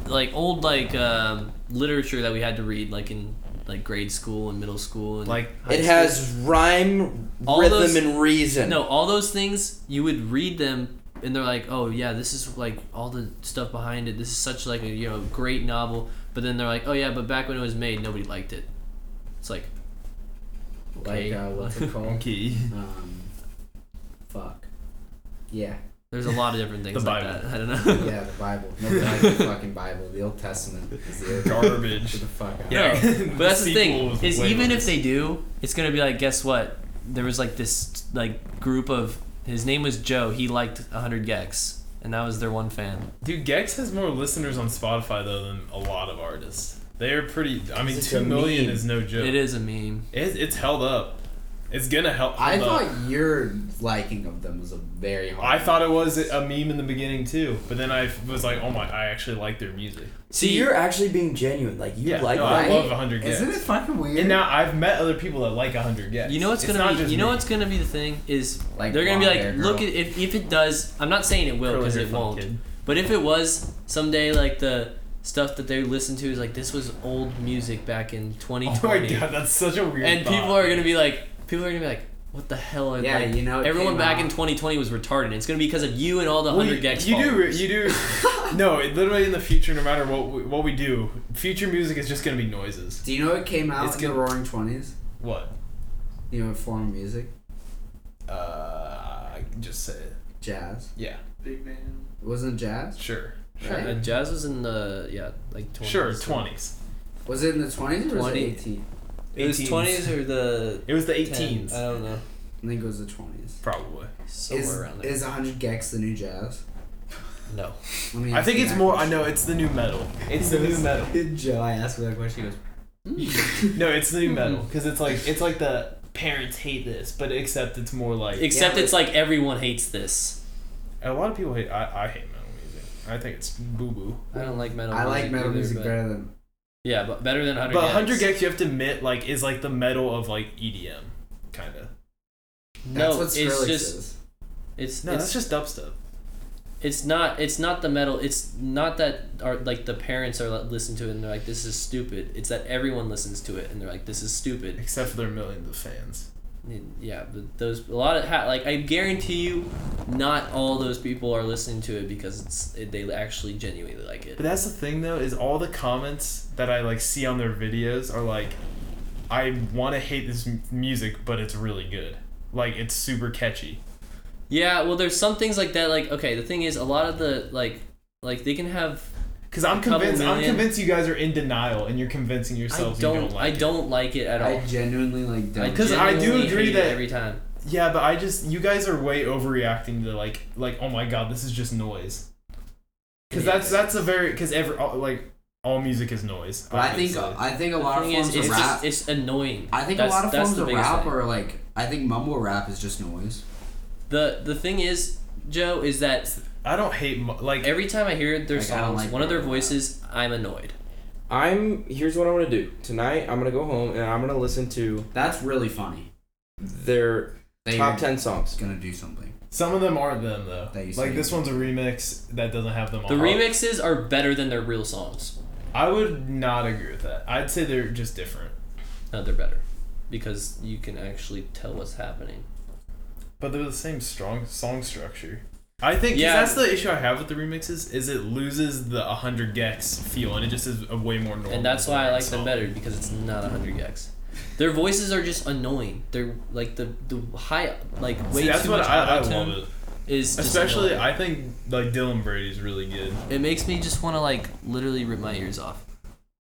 B: like old like um, literature that we had to read like in like grade school and middle school and
C: like
A: It has rhyme,
B: All
A: rhythm,
B: those-
A: and reason.
B: No, all those things you would read them and they're like, "Oh yeah, this is like all the stuff behind it. This is such like a you know great novel." But then they're like, "Oh yeah, but back when it was made, nobody liked it." It's like
D: uh, <laughs>
C: <laughs>
D: Like, uh, what's it called?
C: monkey.
D: Um, fuck. Yeah.
B: There's a lot of different things
C: <laughs> The
B: like
C: Bible.
B: that. I don't know. <laughs>
D: Yeah, the Bible. Nothing like <laughs> the fucking Bible. The Old Testament
C: <laughs>
D: is the old-
C: Garbage.
D: Get the fuck out.
C: Yeah.
B: But that's
C: sequel
B: the thing
C: was
B: is
C: way
B: even
C: worse.
B: if they do, it's gonna be like guess what? There was like this like group of his name was Joe. He liked 100 Gex, and that was their one fan.
C: Dude, Gex has more listeners on Spotify though than a lot of artists. They are pretty. I mean,
A: It's
C: two
A: a
C: million
A: meme.
C: is no joke.
B: It is a meme.
C: It, it's held up. It's gonna help.
D: I
C: hold up.
D: thought your liking of them was a very hard.
C: I thought it was a meme in the beginning too, but then I was like, oh my, I actually like their music.
A: See, you're actually being genuine. Like you
C: Yeah,
A: like
C: no,
A: that.
C: I love 100 Gex.
F: Isn't it fucking weird?
C: And now I've met other people that like 100 Gex.
B: You know what's
C: It's
B: gonna
C: not
B: be.
C: just
B: You know
C: me.
B: what's gonna be the thing is
D: Like
B: they're gonna be
D: blonde
B: like,
D: hair
B: look at
D: girl.
B: if if it does. I'm not saying it will
C: Curly
B: because
C: hair
B: it
C: fun
B: won't.
C: kid.
B: But if it was someday, like the stuff that they listen to is like this was old music back in
C: Oh my
B: 2020,
C: god, that's such a weird.
B: and
C: thought.
B: people are gonna be like, people are gonna be like, what the hell? Are,
D: Yeah,
B: like,
D: you know, it
B: everyone
D: came
B: back
D: out.
B: in 2020 was retarded. It's gonna be because of you and all the
C: Well,
B: hundred
C: you,
B: Gex.
C: you do, re-
B: followers.
C: you do.
B: <laughs>
C: no, it, literally in the future, no matter what we, what we do, future music is just gonna be noises.
D: Do you know what came out
C: It's
D: in the
C: good.
D: Roaring Twenties?
C: What?
D: You know, foreign music,
C: Uh, I can just say it.
D: jazz.
C: Yeah,
G: Big man.
D: It wasn't jazz.
C: sure,
B: Sure,
D: Right?
B: uh, jazz was in the yeah like 20s.
C: sure. Twenties.
D: Was it in the twenties or was it
B: 20.
D: eighteen?
B: It was 20s or the
C: It was the
B: 10s.
C: 18s,
B: I don't know.
D: I think it was the twenties.
C: probably.
B: Somewhere
D: Is,
B: around there.
D: is 100 Gex the new jazz?
B: no.
D: Let me
C: I
D: ask
C: think
D: you
C: it's
D: that
C: more. I
D: question.
C: know it's the new metal. It's the
D: <laughs>
C: new metal.
D: Joe, I asked her that question. He goes,
B: Hmm.
D: <laughs>
C: No, it's the new metal because it's like it's like the parents hate this, but except it's more like
B: Except
D: Yeah,
B: it's like everyone hates this.
C: a lot of people hate. I, I hate metal music. I think it's boo boo.
B: I don't like metal.
D: I like metal
B: either,
D: music
B: but-
D: better than.
B: Yeah, but better than 100
C: But
B: Gex.
C: 100 Gex, you have to admit, like is like the metal of like E EDM, kind of.
B: No,
D: That's what
B: it's
D: Skrillex
B: just
D: is.
B: it's
C: No, that's
B: it's,
C: just dubstep.
B: it's not it's not the metal. It's not that are like the parents are like, listen to it and they're like this is stupid. It's that everyone listens to it and they're like this is stupid.
C: Except for their millions of fans.
B: Yeah, but those a lot of ha- like I guarantee you, not all those people are listening to it because it's it, they actually genuinely like
C: But
B: it.
C: that's the thing though, is all the comments that I like see on their videos are like, I want to hate this m- music, but it's really good. Like it's super catchy.
B: Yeah, well, there's some things like that. Like okay, the thing is, a lot of the like like they can have
C: Cause I'm
B: Couple
C: convinced. I'm
B: million.
C: convinced you guys are in denial, and you're convincing yourselves
B: I don't,
C: you don't like
B: I
C: it.
B: don't like it at all.
D: I genuinely like don't.
C: Because I do
B: genuinely
C: agree
B: hate it
C: that-
B: every time.
C: Yeah, but I just you guys are way overreacting to like like oh my god this is just noise. Because that's that's a very because every all, like all music is noise.
D: but I think uh,
C: obviously.
D: I think a
B: The
D: lot of
B: thing is,
D: forms
B: it's
D: of rap.
B: just it's annoying.
D: I think a
B: That's-
D: lot of
B: that's
D: forms
B: the
D: of
B: biggest
D: rap
B: thing.
D: are like. I think mumble rap is just noise.
B: the the thing is, Joe, is that
C: I don't hate mu- like
B: every time I hear their
D: Like, I don't
B: songs,
D: like
B: one of their
D: rap.
B: voices, I'm annoyed.
A: I'm here's what I'm gonna do tonight. I'm gonna go home and I'm gonna listen to
D: That's really funny.
A: their
D: They
A: top ten songs.
D: gonna do something.
C: some of them aren't them though.
D: That you
C: Like
D: say.
C: this one's a remix that doesn't have them.
B: The
D: Uh-huh.
C: on.
B: remixes are better than their real songs.
C: I would not agree with that. I'd say they're just different.
B: No, they're better because you can actually tell what's happening.
C: But they're the same strong song structure. I think 'cause
B: Yeah.
C: that's the issue I have with the remixes is it loses the 100 gex feel and it just is a way more normal.
B: and that's why I like them
C: song.
B: better because it's not 100 gex. Their voices are just annoying. They're like the the high like way
C: See, that's
B: too
C: what
B: much
C: I, I
B: auto-tune
C: love it.
B: is just
C: Especially,
B: annoying.
C: I think like Dylan Brady's really good.
B: it makes me just want to like literally rip my ears off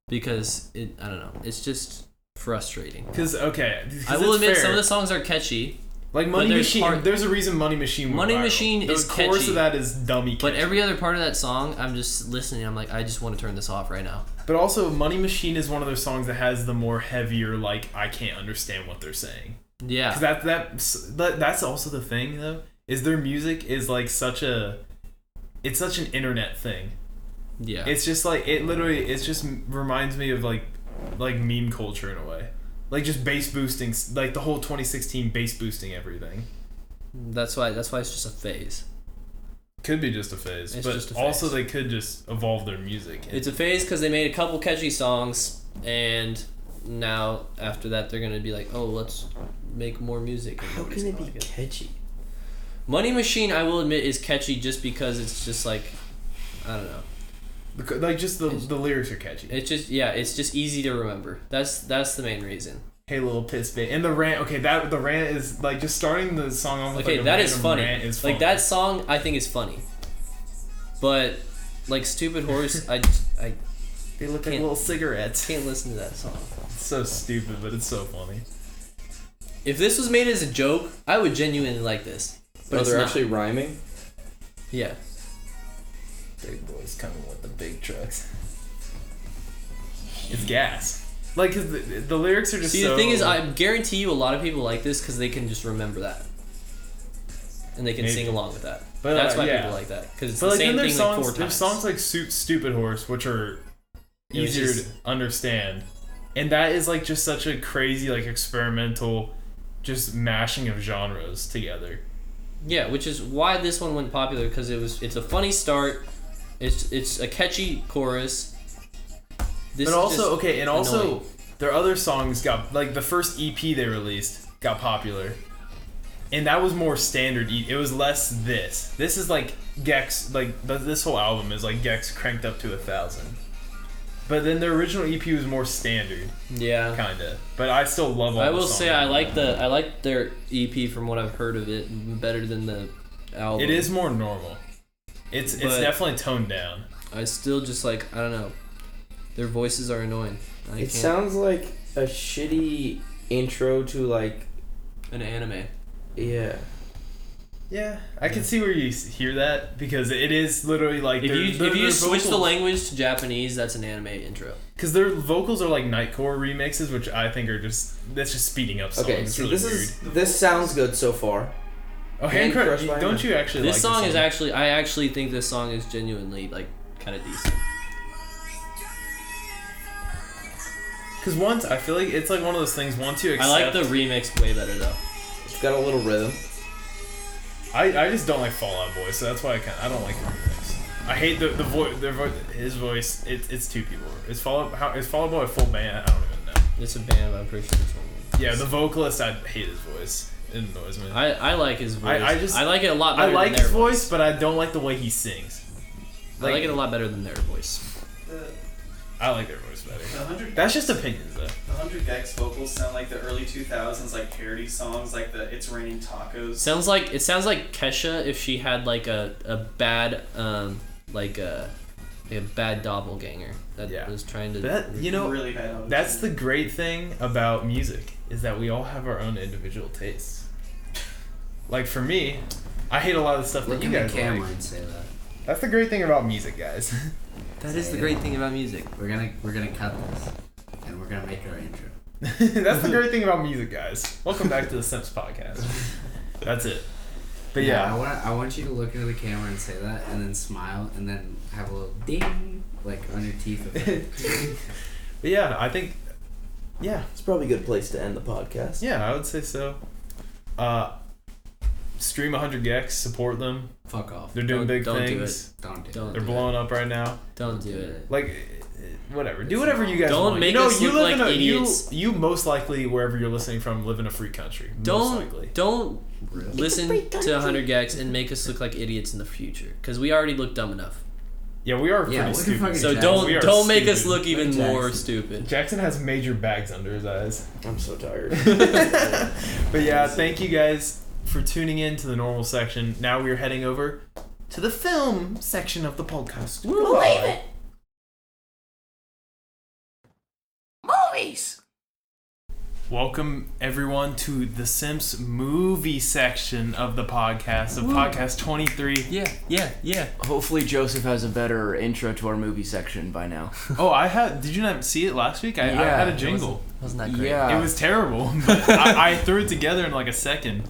B: because it I don't know. It's just frustrating.
C: Cause okay, 'cause
B: I will
C: it's
B: admit
C: fair.
B: some of the songs are catchy,
C: like
B: but
C: Money
B: there's
C: Machine.
B: part-
C: there's a reason Money Machine. went
B: Money
C: viral.
B: Machine
C: the
B: is
C: chorus
B: catchy.
C: of that is dummy.
B: but
C: catchy.
B: every other part of that song, I'm just listening. I'm like, I just want to turn this off right now.
C: but also Money Machine is one of those songs that has the more heavier like I can't understand what they're saying. Cause
B: Yeah,
C: that that that that's also the thing though is their music is like such a, it's such an internet thing.
B: yeah.
C: It's just like it literally. It just m- reminds me of like like meme culture in a way, like just bass boosting, s- like the whole 2016 bass boosting everything.
B: That's why. That's why it's just a phase.
C: Could be just a phase,
B: It's
C: but
B: just a phase.
C: also they could just evolve their music.
B: It's a phase because they made a couple catchy songs, and now after that they're gonna be like, oh, let's make more music. and
A: How
B: nobody's
A: can it
B: gonna
A: be
B: like it.
A: catchy?
B: Money Machine, I will admit, is catchy just because it's just like, I don't know.
C: Beca- like just the
B: It's-
C: the lyrics are catchy.
B: It's just yeah, it's just easy to remember. That's that's the main reason.
C: Hey, little piss bit. And the rant. Okay, that the rant is like just starting the song off. With,
B: Okay,
C: like, a
B: that is
C: random
B: funny.
C: Rant is
B: like
C: fun.
B: that song, I think is funny. But like stupid horse, I I
C: They look like
B: can't-
C: little cigarettes. <laughs>
B: can't listen to that song.
C: It's so stupid, but it's so funny.
B: If this was made as a joke, I would genuinely like this. But
A: oh,
B: it's
A: they're
B: not.
A: actually rhyming.
B: yeah.
C: Big boys coming with the big trucks. It's gas. Like, 'cause the, the lyrics are just.
B: See,
C: so,
B: the thing is, I guarantee you, a lot of people like this because they can just remember that, and they can
C: Maybe.
B: sing along with that.
C: But,
B: That's
C: uh,
B: why
C: yeah.
B: people like that because it's
C: But
B: the
C: like, then
B: same thing
C: there's songs.
B: like four
C: there's
B: times.
C: songs like Soup, "Stupid Horse," which are
B: It was
C: easier
B: just-
C: to understand, and that is like just such a crazy, like experimental, just mashing of genres together.
B: yeah, which is why this one went popular because it was it's a funny start, it's it's a catchy chorus. This
C: but
B: is
C: also,
B: just
C: okay, and also
B: annoying.
C: their other songs got like the first EP they released got popular, and that was more standard. E- It was less this. This is like Gex. Like th- this whole album is like Gex cranked up to a thousand. But then their original EP was more standard,
B: yeah.
C: kinda. But I still love. All
B: I
C: the
B: will
C: songs.
B: say I like the I like their EP from what I've heard of it better than the album.
C: It is more normal. It's it's
B: But-
C: definitely toned down.
B: I still just like I don't know. Their voices are annoying. I
A: It
B: can't.
A: sounds like a shitty intro to like
B: an anime.
A: yeah.
C: Yeah, I can see where you s- hear that because it is literally like
B: If
C: their-
B: you
C: their-
B: if you
C: their
B: switch the
C: vocals-
B: language to Japanese, that's an anime intro.
C: Because their vocals are like nightcore remixes, which I think are just that's just speeding up songs.
A: Okay,
C: it's
A: so
C: really
A: this
C: weird.
A: is this sounds good so far.
C: oh,
A: Hand
C: hand Crush-
A: Crushed by
C: Don't
A: Hand.
C: you actually
B: This
C: like
B: song
C: this
B: is actually I actually think this song is genuinely like kind of decent.
C: because once I feel like it's like one of those things. Once you
B: I
C: accept,
B: like the remix way better though.
A: It's got a little rhythm.
C: I, I just don't like Fallout Boy, so that's why I kind I don't like the remix. I hate the the voice. Their vo- his voice. It's it's two people. Is Fallout how is Fallout Boy a full band? I don't even know.
B: It's a band. but I'm pretty sure it's one.
C: Yeah, the vocalist. I hate his voice. It annoys me. I,
B: I, I like his voice.
C: I
B: I,
C: just-
B: just I like it a lot. Better
C: like
B: than their
C: his voice, but I don't like the way he sings.
B: I like it a lot better than their voice.
G: The,
C: I like their voice better.
G: the 100
C: That's just opinions though.
G: The 100 Gex vocals sound like the early 2000s, like parody songs, like the It's Raining Tacos.
B: Sounds like it sounds like Kesha if she had like a, a bad um like a a bad doppelganger that
C: Yeah.
B: was trying to
C: That you know
G: really bad auto-tune.
C: That's the great thing about music is that we all have our own individual tastes. Like for me, I hate a lot of the stuff that
D: Look
C: you
D: at the
C: guys
D: camera
C: like.
D: and say that.
C: That's the great thing about music, guys. <laughs>
B: that is the great thing about music.
D: We're gonna we're gonna cut this, and we're gonna make our intro.
C: That's the great thing about music, guys. Welcome back to the Simps podcast. That's it. But
D: I
C: yeah,
D: want I want you to look into the camera and say that, and then smile, and then have a little ding like on your teeth. Of it.
C: <laughs> but yeah, I think yeah,
A: It's probably a good place to end the podcast.
C: yeah, I would say so. Uh stream 100 gex, support them.
D: Fuck off.
C: They're doing
B: Don't-
C: big
B: don't do
C: things.
D: Don't do
B: Don't
D: it.
C: They're blowing up right now.
B: Don't do it.
C: like eh, whatever. Do whatever you guys
B: Don't
C: want.
B: make
C: you know,
B: us
C: you
B: look
C: live
B: like
C: in a, you-
B: idiots.
C: You, most likely wherever you're listening from live in a free country. Most likely.
B: Don't don't
D: Really?
B: listen to 100 gags and make us look like idiots in the future because we already look dumb enough.
C: Yeah, we are
D: Yeah,
C: pretty
D: what the
C: stupid.
D: fuck is-
B: So
D: Jackson.
B: don't
C: We are
B: don't make us
C: stupid.
B: look even
D: Jackson.
B: more stupid.
C: Jackson has major bags under his eyes.
A: I'm so tired.
C: But yeah, thank you guys for tuning in to the normal section. Now we're heading over to the film section of the podcast. Believe it.
F: Movies!
C: Welcome everyone to the Simps movie section of the podcast of podcast 23.
B: Yeah, yeah, yeah.
E: <laughs> Hopefully, Joseph has a better intro to our movie section by now.
C: Oh, I had did you not see it last week? I, I
E: Yeah,
C: had a
E: it
C: jingle.
B: Wasn't that great?
E: Yeah.
C: It was terrible. But I, I threw it together in like a second.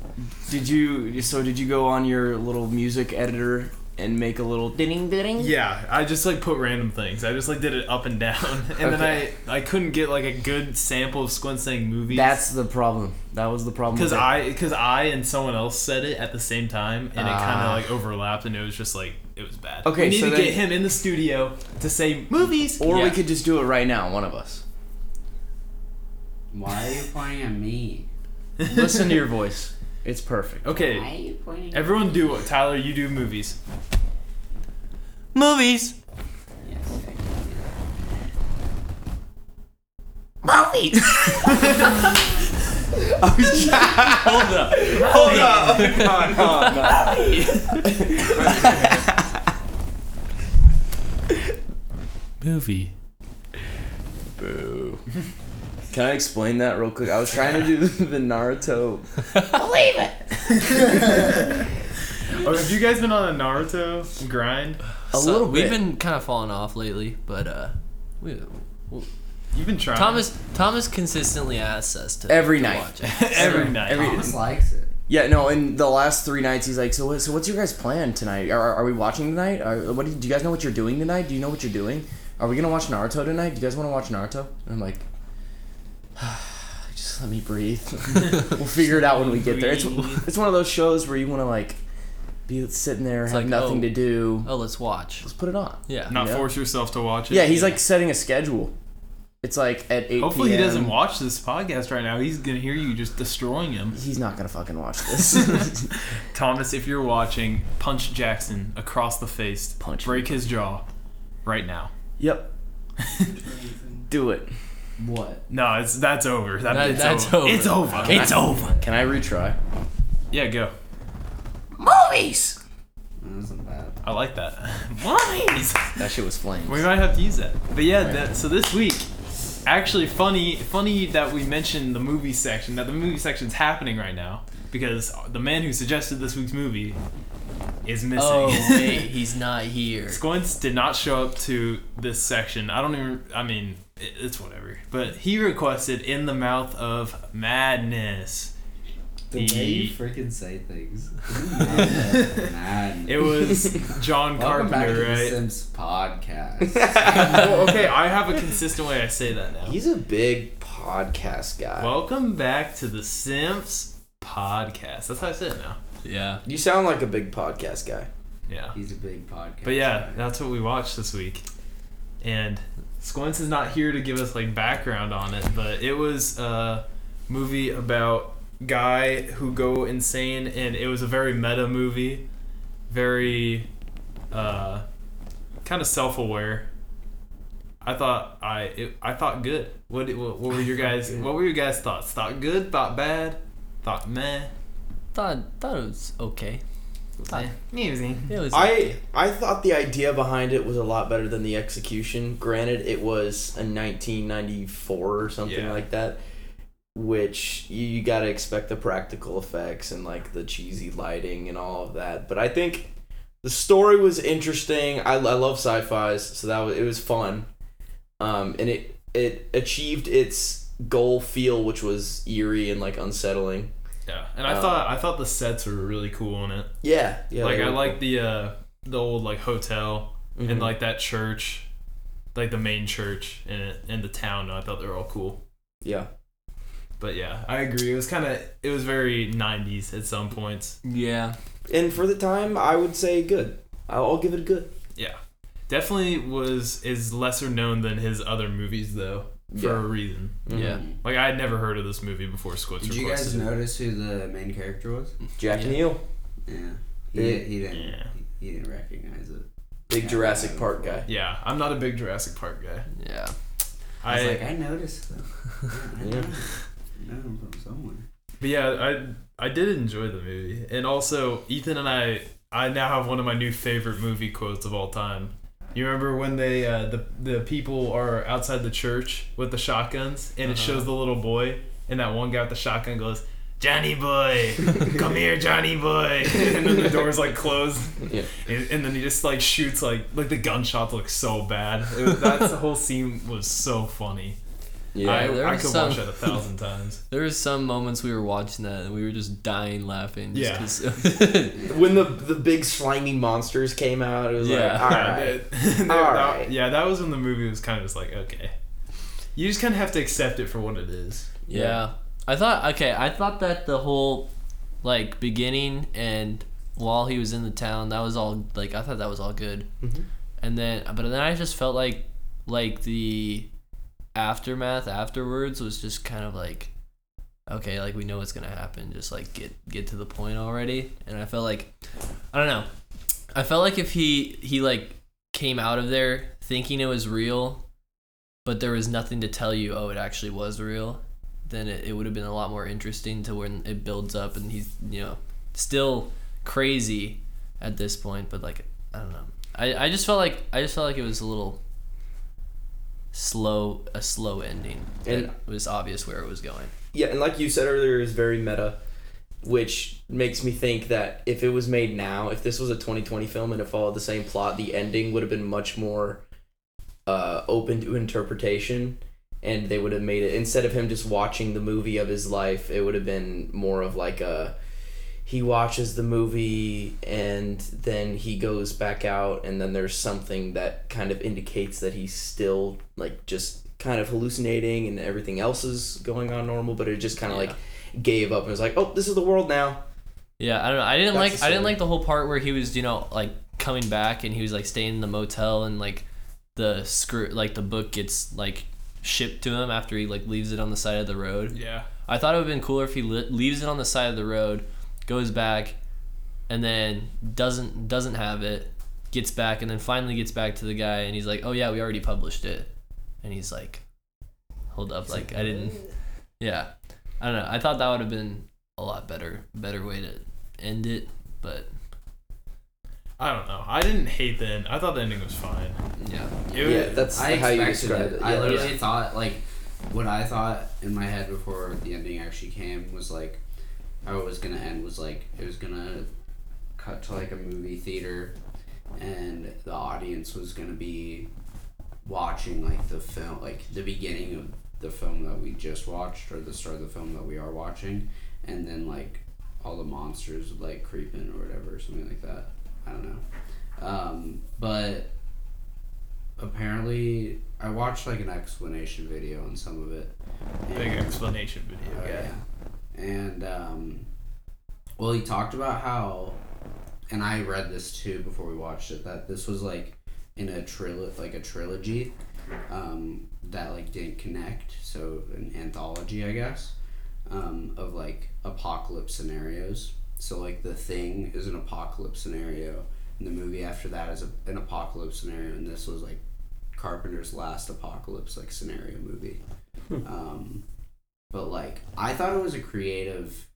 E: Did you? So did you go on your little music editor and make a little ding ding?
C: Yeah, I just like put random things. I just like did it up and down, <laughs> and then
E: Okay.
C: I I couldn't get like a good sample of Squint saying movies.
E: That's the problem. That was the problem.
C: because
E: with it.
C: I because I and someone else said it at the same time, and it kind of
E: Ah.
C: like overlapped, and it was just like it was bad.
E: Okay,
C: we need
E: so
C: to
E: then-
C: get him in the studio to say movies,
E: Or
C: Yeah.
E: we could just do it right now, one of us.
D: Why are you pointing at me?
E: Listen to your voice. It's perfect.
D: Why are
C: Okay,
D: you pointing? at
C: everyone do it. Tyler, you do movies.
E: Movies.
D: Yes, I can do that.
F: Buffy.
B: Hold up.
A: Hold up. Hold on.
B: Movie.
E: Boo. Can I explain that real quick? I was trying to do the Naruto.
F: Believe it.
C: Oh, have you guys been on a Naruto grind?
E: A little
B: We've
E: bit.
B: been kind of falling off lately, but uh, we,
C: You've been trying.
B: Thomas Thomas consistently asks us to
E: Every
B: to
E: night.
B: watch it.
C: <laughs> every night.
E: Every,
F: Thomas likes it.
E: yeah, no. In the last three nights, he's like, "So, what, so what's your guys' plan tonight? Are, are we watching tonight? Are, what do, you, do you guys know what you're doing tonight? Do you know what you're doing? Are we gonna watch Naruto tonight? Do you guys want to watch Naruto?" And I'm like, <sighs> "Just let me breathe. <laughs> <laughs> we'll figure it out when we get there." It's it's one of those shows where you want to like be sitting there, have
B: like,
E: nothing
B: oh.
E: to do.
B: Oh, let's watch.
E: Let's put it on.
B: Yeah.
C: Not
E: Yeah.
C: force yourself to watch it.
E: Yeah, he's like setting a schedule. It's like at eight.
C: Hopefully he
E: PM.
C: doesn't watch this podcast right now. He's gonna hear you just destroying him.
E: He's not gonna fucking
C: <laughs>
E: watch this. <laughs>
C: Thomas, if you're watching, punch Jackson across the face.
E: Punch him.
C: Break his jaw, right now.
E: yep, do it.
D: What?
C: No, it's that's over. That,
B: That-
C: bit's
B: that's
C: over.
B: over.
C: It's over.
B: Okay.
C: It's over.
E: Can I retry?
C: Yeah, go.
F: Movies.
D: That isn't bad.
C: I like that. <laughs> Why?
E: That shit was flames.
C: We might have to use that. But yeah, that, so this week, actually funny, funny that we mentioned the movie section. That the movie section's happening right now because the man who suggested this week's movie is missing.
B: <laughs> Oh wait,
C: <laughs>
B: he's not here.
C: Squints did not show up to this section. I don't even. I mean, it, it's whatever. But he requested "In the Mouth of Madness."
D: The way you freaking say
C: <laughs>
D: things. Man.
C: It
D: <laughs>
C: was John
D: Welcome back
C: Carpenter,
D: to the
C: right?
D: Sims
C: <laughs>
D: podcast.
C: well, okay, I have a consistent way I say that now.
A: He's a big podcast guy.
C: Welcome back to the Simps podcast. That's how I say it now.
B: Yeah.
A: you sound like a big podcast guy.
C: Yeah.
D: He's a big podcast.
C: But yeah, that's what we watched this week. And Squints is not here to give us like background on it, but it was a movie about guy who go insane and it was a very meta movie, very uh kind of self-aware. I thought I it, I thought good. What, what what were your guys what were your guys thoughts? Thought good, thought bad, thought meh.
B: Thought thought it was okay. Thought,
C: Easy.
B: it was
A: I I thought the idea behind it was a lot better than the execution. Granted, it was a 1994 or something
C: Yeah.
A: like that, which you, you got to expect the practical effects and like the cheesy lighting and all of that. But I think the story was interesting. I, I love sci-fi's, so that was it was fun, um, and it it achieved its goal feel, which was eerie and like unsettling.
C: Yeah. And I
A: Um,
C: thought I thought the sets were really cool in it.
A: Yeah, yeah.
C: like
A: they
C: I
A: were-
C: like the uh the old like hotel
A: Mhm.
D: Mm-hmm.
C: and like that church, like the main church in it and the town. I thought they were all cool.
A: yeah.
C: But yeah, I agree. It was kind of it was very '90s at some points.
B: yeah.
A: And for the time, I would say good. I'll I'll give it a good.
C: Yeah, definitely was is lesser known than his other movies though for
A: Yeah.
C: a reason.
A: mm-hmm.
B: Yeah.
C: Like I had never heard of this movie before. Squid's
D: Mm-hmm. Did you guys
C: requested it.
D: notice who the main character was?
A: Jack
B: Yeah.
A: Neal,
D: Yeah. He, didn't- he didn't.
C: Yeah.
D: He, he didn't recognize it.
A: big
D: Yeah,
A: Jurassic
D: yeah.
A: Park guy.
C: Yeah, I'm not a big Jurassic Park guy.
B: Yeah.
D: I
C: I,
D: was like, I
C: <laughs>
D: noticed them. Yeah, I
A: Yeah.
D: noticed them. I know them from somewhere.
C: But yeah, I I did enjoy the movie, and also Ethan and I I now have one of my new favorite movie quotes of all time. You remember when they uh, the the people are outside the church with the shotguns, and it shows the little boy, and that one guy with the shotgun goes. Johnny boy, come here, Johnny boy. And then the door's like closed,
A: Yeah.
C: and, and then he just like shoots like like the gunshots look so bad. It was, that's the whole scene was so funny.
B: Yeah, there
C: I, I
B: was
C: could
B: some-
C: watch that a thousand times.
B: There were some moments we were watching that and we were just dying laughing.
C: Yeah.
B: Just 'cause- <laughs>
A: When the the big slimy monsters came out, it was
B: Yeah.
A: like, all
C: Yeah,
B: <laughs>
A: right.
C: <laughs> that- that-
A: Alright.
C: Yeah, that was when the movie was kind of just like, okay. You just kind of have to accept it for what it is.
B: yeah. I thought okay, I thought that the whole like beginning and while he was in the town, that was all like I thought that was all good. And then but then I just felt like like the aftermath afterwards was just kind of like okay, like we know what's gonna happen. Just like get get to the point already. And I felt like I don't know. I felt like if he he like came out of there thinking it was real, but there was nothing to tell you, oh, it actually was real, then it, it would have been a lot more interesting to when it builds up and he's, you know, still crazy at this point, but like, I don't know. I, I just felt like I just felt like it was a little slow a slow ending.
A: And-
B: it was obvious where it was going.
A: Yeah, and like you said earlier, is very meta, which makes me think that if it was made now, if this was a 2020 film and it followed the same plot, the ending would have been much more uh, open to interpretation, and they would have made it instead of him just watching the movie of his life, it would have been more of like a he watches the movie and then he goes back out and then there's something that kind of indicates that he's still like just kind of hallucinating and everything else is going on normal but it just kind of
B: Yeah.
A: like gave up and was like oh this is the world now
B: Yeah, I don't know. I didn't
A: That's
B: like.
A: the
B: I didn't
A: story.
B: like the whole part where he was, you know, like coming back and he was like staying in the motel and like the screw, like the book gets like shipped to him after he like leaves it on the side of the road.
C: Yeah.
B: I thought it would have been cooler if he li- leaves it on the side of the road, goes back, and then doesn't doesn't have it, gets back, and then finally gets back to the guy and he's like, "Oh yeah, we already published it," and he's like, "Hold up, like I didn't." Yeah, I don't know. I thought that would have been a lot better better way to end it, but
C: I don't know. I didn't hate the end. I thought the ending was fine.
B: yeah,
C: It
A: yeah
C: was-
A: that's
D: I
A: how you
D: expected
A: describe
D: it.
A: it,
D: I
A: Yeah.
D: literally thought like what I thought in my head before the ending actually came was like how it was gonna end was like it was gonna cut to like a movie theater and the audience was gonna be watching like the film like the beginning of the film that we just watched or the start of the film that we are watching and then like all the monsters would like creep in or whatever or something like that i don't know um, but apparently I watched like an explanation video on some of it. And,
C: big explanation video.
D: Oh, yeah. And um, well, he talked about how, and I read this too before we watched it that this was like in a trilo- like a trilogy, um, that like didn't connect. So an anthology, I guess, um, of like apocalypse scenarios. So like the thing is an apocalypse scenario, and the movie after that is a, an apocalypse scenario, and this was like Carpenter's last apocalypse like scenario movie. Um, but like I thought it was a creative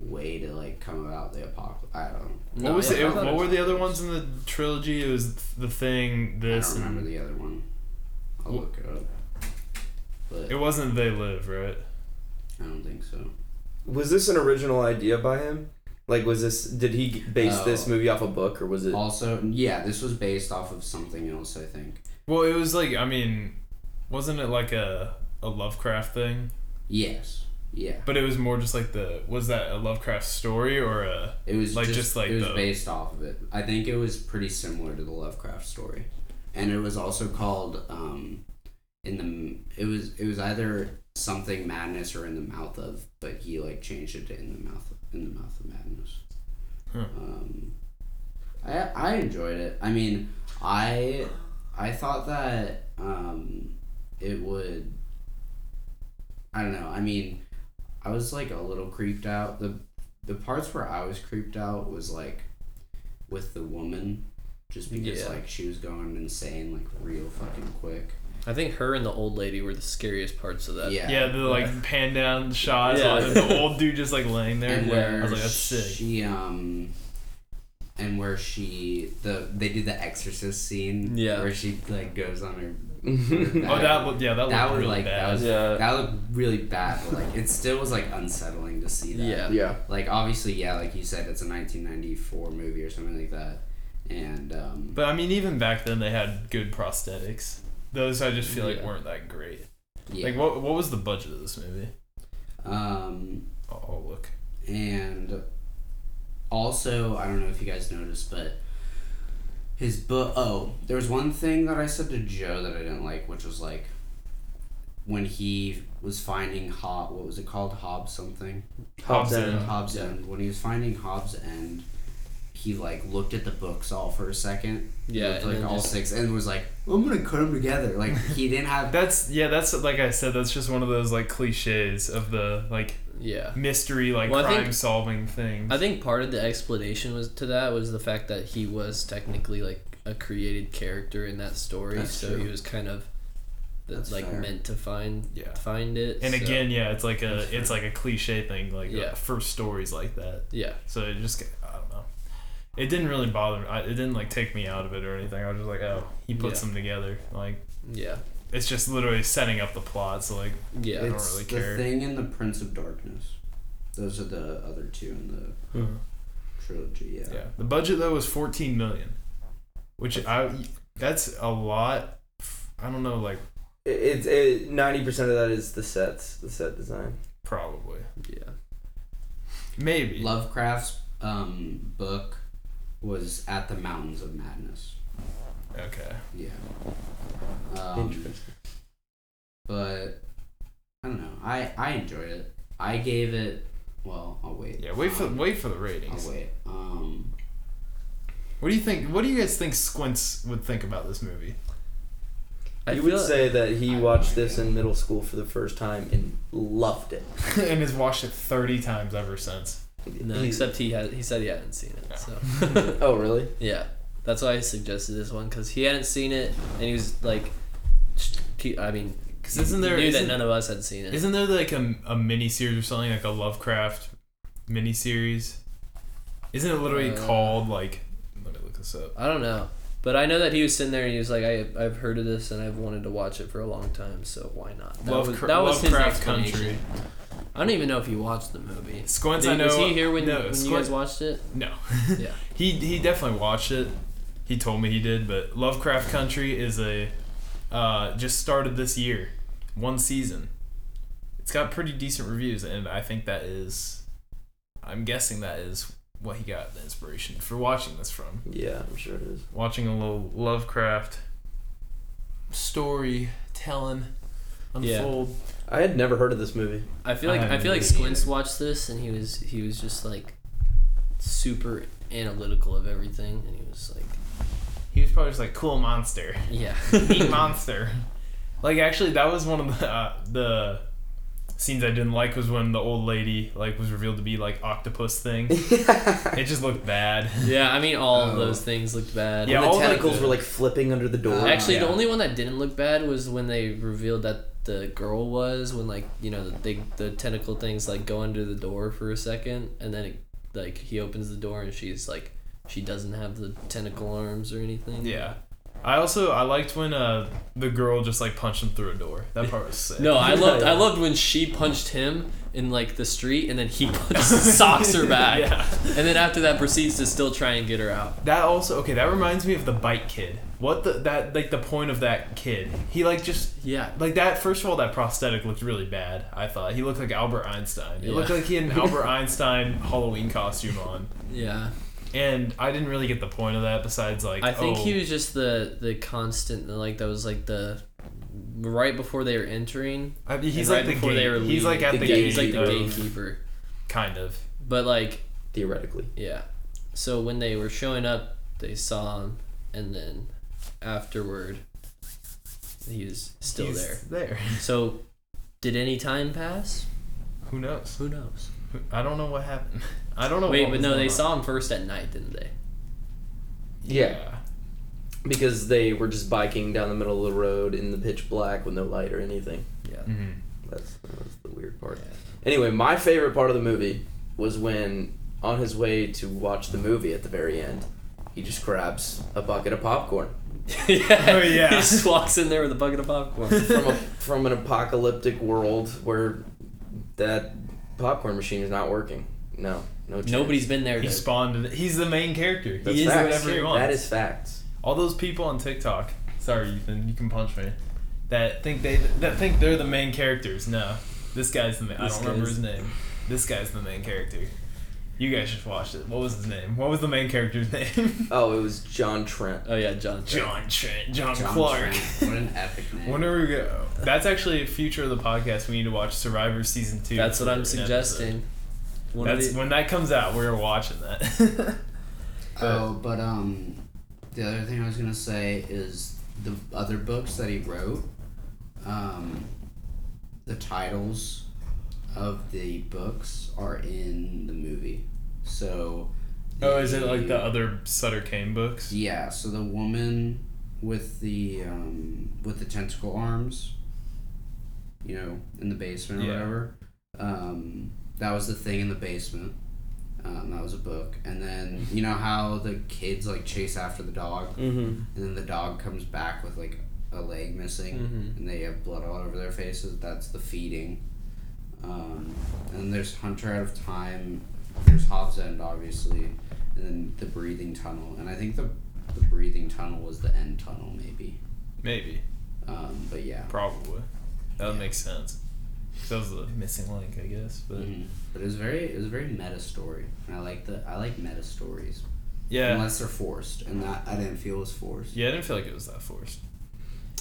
D: way to like come about the apocalypse. I don't.
C: What
B: No,
C: was
B: yeah,
C: the,
B: I
C: it,
B: thought
C: what
B: it
C: were
B: was-
C: the other ones in the trilogy? It was the thing. This.
D: I don't remember
C: and-
D: the other one. I'll look it up. But
C: It wasn't they live right.
D: I don't think so.
A: was this an original idea by him like was this did he base
D: Oh.
A: this movie off a book or was it
D: Also, yeah, this was based off of something else. I think.
C: Well, it was like I mean, wasn't it like a a Lovecraft thing?
D: Yes. Yeah.
C: But it was more just like the was that a Lovecraft story or a
D: It was
C: Like,
D: just,
C: just like
D: it was
C: the-
D: based off of it. I think it was pretty similar to the Lovecraft story, and it was also called um, in the it was it was either something madness or in the mouth of, but he like changed it to in the mouth in the mouth of madness.
C: Huh.
D: Um, I I enjoyed it. I mean, I I thought that um, it would. I don't know. I mean, I was like a little creeped out. The the parts where I was creeped out was like with the woman, just because
B: Yeah.
D: like she was going insane like real fucking quick.
B: I think her and the old lady were the scariest parts of that.
D: yeah.
C: yeah the like pan down shots
B: Yeah.
C: of the old dude just like laying there.
D: And
C: Yeah.
D: where
C: I was like that's sick.
D: she um. And where she the they did the exorcist scene
B: Yeah.
D: where she like
B: <laughs>
D: goes on her
C: Oh that looked yeah that,
D: that
C: looked
D: was
C: really
D: like
C: bad.
D: that was
A: Yeah.
D: that looked really bad, but like it still was like unsettling to see that.
B: Yeah.
A: yeah
D: Like obviously, yeah, like you said, it's a 1994 movie or something like that, and um,
C: But I mean, even back then they had good prosthetics. Those I just feel like
B: Yeah.
C: weren't that great.
D: yeah,
C: Like what what was the budget of this movie?
D: um,
C: I'll, I'll look.
D: and also I don't know if you guys noticed, but his book. Oh, there was one thing that I said to Joe that I didn't like, which was like when he was finding Hob. What was it called? Hob something.
A: Hobbs
C: Hobbs
A: and-
C: and-
D: Hobbs End. When he was finding Hobbs End, he like looked at the books all for a second.
B: Yeah,
D: Looked,
B: and
D: like
B: then
D: all
B: just-
D: six, and was like, "I'm gonna cut them together."
C: <laughs>
D: Like he didn't have.
C: That's yeah. That's like I said. That's just one of those like cliches of the like
B: yeah.
C: mystery like
B: Well, I think-
C: crime solving thing.
B: I think part of the explanation was to that was the fact that he was technically like a created character in that story,
D: That's
B: so
D: true.
B: he was kind of that's,
D: That's
B: like
D: fair.
B: meant to find
C: Yeah.
B: find it.
C: And
B: so-
C: again, yeah, it's like a it's like a cliche thing. Like
B: Yeah.
C: uh, first stories like that.
B: yeah,
C: So it just I don't know. It didn't really bother me. I, it didn't like take me out of it or anything. I was just like, oh, he puts
B: Yeah.
C: them together. Like
B: yeah,
C: it's just literally setting up the plot. So like
B: yeah.
C: don't
D: it's
C: really
D: the
C: care.
D: thing and the Prince of Darkness. Those are the other two in
B: Mm-hmm.
D: the trilogy. Yeah.
C: Yeah. The budget though was 14 million, which I that's a lot. I don't know, like
A: It's it, 90% of that is the sets, the set design.
C: probably
B: yeah.
C: maybe.
D: Lovecraft's um, book was at the Mountains of Madness.
C: Okay.
D: Yeah. Um, but I don't know. I I enjoyed it. I gave it. Well, I'll wait.
C: Yeah. Wait for
D: Um,
C: wait for the
D: I'll
C: ratings.
D: wait. Um,
C: What do you think? What do you guys think Squints would think about this movie? <laughs>
B: I
A: you
B: feel
A: would say that
D: I
A: he
D: have
A: watched
D: no
A: this
D: idea.
A: in middle school for the first time and loved it.
C: and has watched it 30 times ever since.
B: no,
A: He-
B: except he had he said he hadn't seen it. So
A: <laughs>
B: <laughs>
A: oh, really?
B: yeah, that's why I suggested this one because he hadn't seen it and he was like, he- I mean,
C: Because isn't there
B: he knew
C: isn't,
B: that none of us had seen it.
C: isn't there like a a mini series or something like a Lovecraft mini series? Isn't it literally
B: Uh,
C: called like? Let me look this up.
B: I don't know. But I know that he was sitting there and he was like, I, I've heard of this and I've wanted to watch it for a long time, so why not? That was,
C: Lovecra-
B: that was his
C: Lovecraft
B: explanation.
C: Country.
B: I don't even know if he watched the movie.
C: Squints,
B: Did-
C: I know.
B: was he here when,
C: no,
B: when you
C: Squint-
B: guys watched it?
C: No.
B: <laughs> Yeah.
C: <laughs> he he definitely watched it. He told me he did, but Lovecraft Country is a uh, just started this year, one season. It's got pretty decent reviews, and I think that is, I'm guessing that is what he got the inspiration for watching this from.
A: Yeah, I'm sure it is.
C: Watching a little Lovecraft story telling
B: Yeah.
C: unfold.
A: I had never heard of this <laughs> movie.
B: I feel
C: I
B: like I,
C: haven't
B: feel like
C: either.
B: Squints watched this and he was he was just like super analytical of everything and he was like
C: He was probably just like cool monster. <laughs>
B: Yeah. <laughs>
C: Meat monster. Like actually, that was one of the uh, the scenes I didn't like was when the old lady like was revealed to be like octopus thing.
B: <laughs>
C: it just looked bad.
B: yeah, I mean all of
D: Oh.
B: those things looked bad.
C: Yeah,
A: the
C: all like
A: tentacles
C: the-
A: were like flipping under the door.
C: Oh,
D: Uh,
B: Actually, the
D: yeah.
B: only one that didn't look bad was when they revealed that the girl was when like you know the the tentacle things like go under the door for a second and then it, like he opens the door and she's like she doesn't have the tentacle arms or anything.
C: Yeah. I also I liked when uh the girl just like punched him through a door. That part was sick. <laughs>
B: No, I loved I loved when she punched him in like the street and then he <laughs>
C: <laughs>
B: punched, socks her back.
C: Yeah.
B: And then after that proceeds to still try and get her out.
C: That also okay. That reminds me of the bite kid. What the that like the point of that kid? He like just
B: Yeah.
C: Like that, first of all, that prosthetic looked really bad. I thought he looked like Albert Einstein. It
B: Yeah.
C: looked like
B: <laughs>
C: he had an Albert Einstein Halloween costume on,
B: Yeah.
C: and I didn't really get the point of that. Besides, like,
B: I think
C: oh,
B: he was just the the constant like that was like the right before they were entering.
C: I mean, he's
B: and
C: like
B: right
C: the
B: before they were
C: gate, he's
B: leaving.
C: like at the,
B: Yeah,
C: gate,
B: He's like the
C: of-
B: gatekeeper.
C: kind of.
B: But like
A: theoretically.
B: yeah, so when they were showing up, they saw him, and then afterward, he was still
C: He's
B: there.
C: There.
B: So did any time pass?
C: Who knows?
B: Who knows?
C: I don't know what happened. <laughs> I don't know.
B: Wait,
C: Oh, what
B: but
C: was
B: no,
C: going
B: they
C: on.
B: saw him first at night, didn't they?
C: Yeah.
A: Because they were just biking down the middle of the road in the pitch black with no light or anything.
B: Yeah.
C: Mhm.
A: That's, that's the weird part.
B: Yeah.
A: Anyway, my favorite part of the movie was when, on his way to watch the movie at the very end, he just grabs a bucket of popcorn
B: yeah.
C: <laughs> Oh, yeah.
B: <laughs> He just walks in there with a bucket of popcorn.
A: from a, from an apocalyptic world where that popcorn machine is not working. No, no. Chance.
B: Nobody's been there.
C: He
B: to-
C: spawned. He's the main character.
A: That's
B: is
A: facts.
C: whatever he wants.
A: That is facts.
C: all those people on TikTok. Sorry, Ethan, you can punch me. That think they that think they're the main characters. No, this guy's the main. I
B: This
C: don't remember
B: guy's-
C: his name. This guy's the main character. You guys just watched it. What was his name? What was the main character's <laughs> name?
B: Uh,
A: Oh, it was John Trent.
B: Oh yeah, John.
C: John Trent. John, <laughs>
D: John
C: Clark.
D: Trent. What an epic name.
C: When are we go? That's actually a future of the podcast. We need to watch Survivor season two.
B: That's what
C: for
B: I'm
C: an
B: suggesting.
C: episode.
B: One of
C: That's
B: the-
C: when that comes out. We're watching that. <laughs>
D: Oh, but um, the other thing I was gonna say is the other books that he wrote, um, the titles of the books are in the movie. So.
C: oh, is it like the
D: the
C: other Sutter Kane books?
D: Yeah. So the woman with the um with the tentacle arms you know, in the basement or
C: Yeah.
D: whatever. Um, that was the thing in the basement. Um, that was a book, and then you know how the kids like chase after the dog,
A: Mm-hmm.
D: and then the dog comes back with like a leg missing,
B: Mhm.
D: and they have blood all over their faces. That's the feeding. Um, and there's Hunter Out of Time. There's Hobbs End, obviously, and then the breathing tunnel. And I think the the breathing tunnel was the end tunnel, maybe.
C: Maybe.
D: Um, but yeah.
C: Probably. That would
D: Yeah.
C: make sense. 'Cause That was the missing link, I guess. But
A: Mm-hmm.
D: Mhm. But it was very it was a very meta story, and I like the I like meta stories
C: yeah.
D: unless they're forced, and that I didn't feel was forced.
C: yeah, I didn't feel like it was that forced.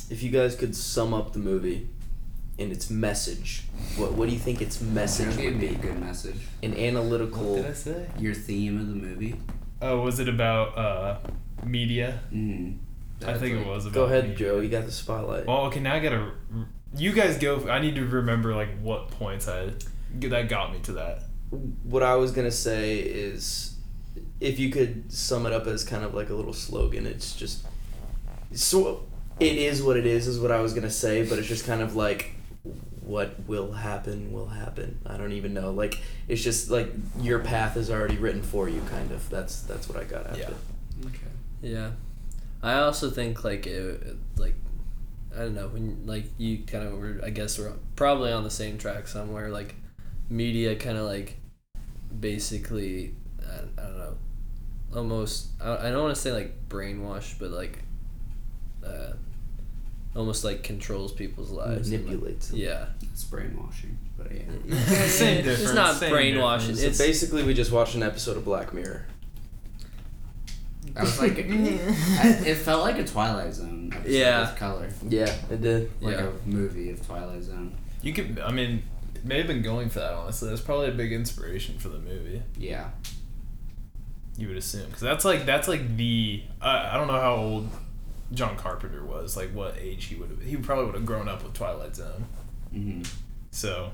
A: If you guys could sum up the movie and its message, what what do you think its message
D: It'd
A: would
D: be a
A: be?
D: good message.
A: An analytical.
C: say?
D: Your theme of the movie.
C: Oh, was it about uh, media?
D: Mm.
C: I think it was. About
A: Go ahead,
C: media.
A: Joe. You got the spotlight.
C: Well, okay, now I gotta. You guys go. I need to remember like what points I that got me to that.
A: what I was gonna say is, if you could sum it up as kind of like a little slogan, it's just so it is what it is is what I was gonna say, but it's just kind of like what will happen will happen. I don't even know. Like it's just like your path is already written for you, kind of. That's that's what I got after.
C: Yeah.
D: Okay.
B: Yeah, I also think like it, like I don't know when like you kind of were I guess we're probably on the same track somewhere. Like media kind of like basically I, I don't know almost I, I don't want to say like brainwash, but like uh, almost like controls people's lives. and, like-
A: Manipulates. them.
B: yeah,
D: It's brainwashing, but
C: <laughs>
D: yeah.
B: Mm-hmm.
C: Same
B: It's
C: difference,
B: not
C: same
B: brainwashing.
C: difference.
A: So
B: It's
A: basically, we just watched an episode of Black Mirror.
D: <laughs> I was like, I, it felt like a Twilight Zone episode
B: Yeah.
D: with color,
A: Yeah, it did.
D: like
B: Yeah.
D: a movie of Twilight Zone.
C: You could. I mean, it may have been going for that. Honestly, that's probably a big inspiration for the movie.
D: Yeah.
C: You would assume because that's like that's like the. I I don't know how old John Carpenter was. Like what age he would have. He probably would have grown up with Twilight Zone.
D: hmm
C: So,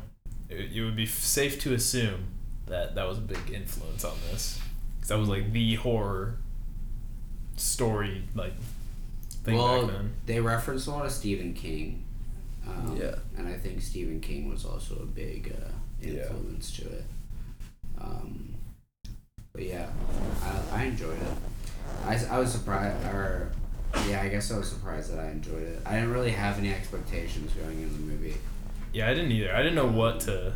C: it, it would be f- safe to assume that that was a big influence on this because that was like the horror story like thing
D: Well,
C: back then.
D: they referenced a lot of Stephen King. Um,
B: Yeah.
D: And I think Stephen King was also a big uh,
C: Yeah.
D: influence to it. Um, but yeah, I, I enjoyed it. I, s- I was surprised, or yeah, I guess I was surprised that I enjoyed it. I didn't really have any expectations going into the movie,
C: Yeah, I didn't either. I didn't know what to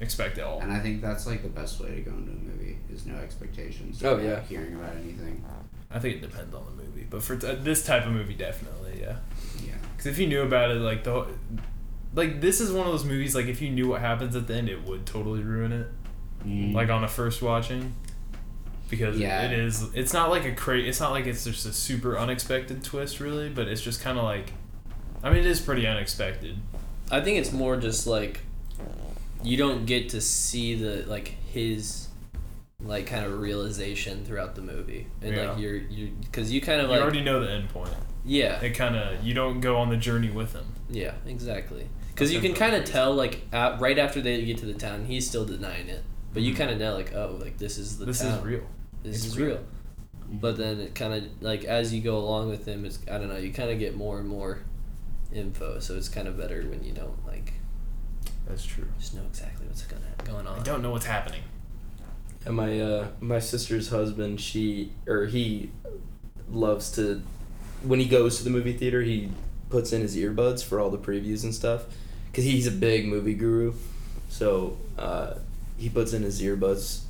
C: expect at all.
D: and I think that's like the best way to go into a movie is no expectations.
A: Oh,
D: not
A: yeah.
D: hearing about anything.
C: I think it depends on the movie, but for t- this type of movie, definitely, yeah.
D: Yeah.
C: Because if you knew about it, like the, whole- like this is one of those movies. Like if you knew what happens at the end, it would totally ruin it.
B: Mm-hmm.
D: Mm.
C: like on a first watching because
D: Yeah.
C: it is it's not like a cra- it's not like it's just a super unexpected twist really but it's just kind of like i mean it is pretty unexpected
B: I think it's more just like you don't get to see the like his like kind of realization throughout the movie, and
C: Yeah.
B: like you're you because you kind of
C: you
B: like
C: already know the end point
B: yeah
C: it kind of you don't go on the journey with him
B: yeah exactly because you
C: Okay.
B: can kind of tell like at, right after they get to the town he's still denying it, but you kind of know like oh like this is the
C: Mm-hmm. this
B: town
C: is real
B: this
C: It's
B: is
C: real.
B: real. But then it kind of like as you go along with him, it's I don't know you kind of get more and more info, so it's kind of better when you don't like
C: that's true
B: just know exactly what's gonna going on.
C: i don't know what's happening
A: And my uh, my sister's husband, she or he loves to when he goes to the movie theater, he puts in his earbuds for all the previews and stuff cuz he's a big movie guru. So, uh, he puts in his earbuds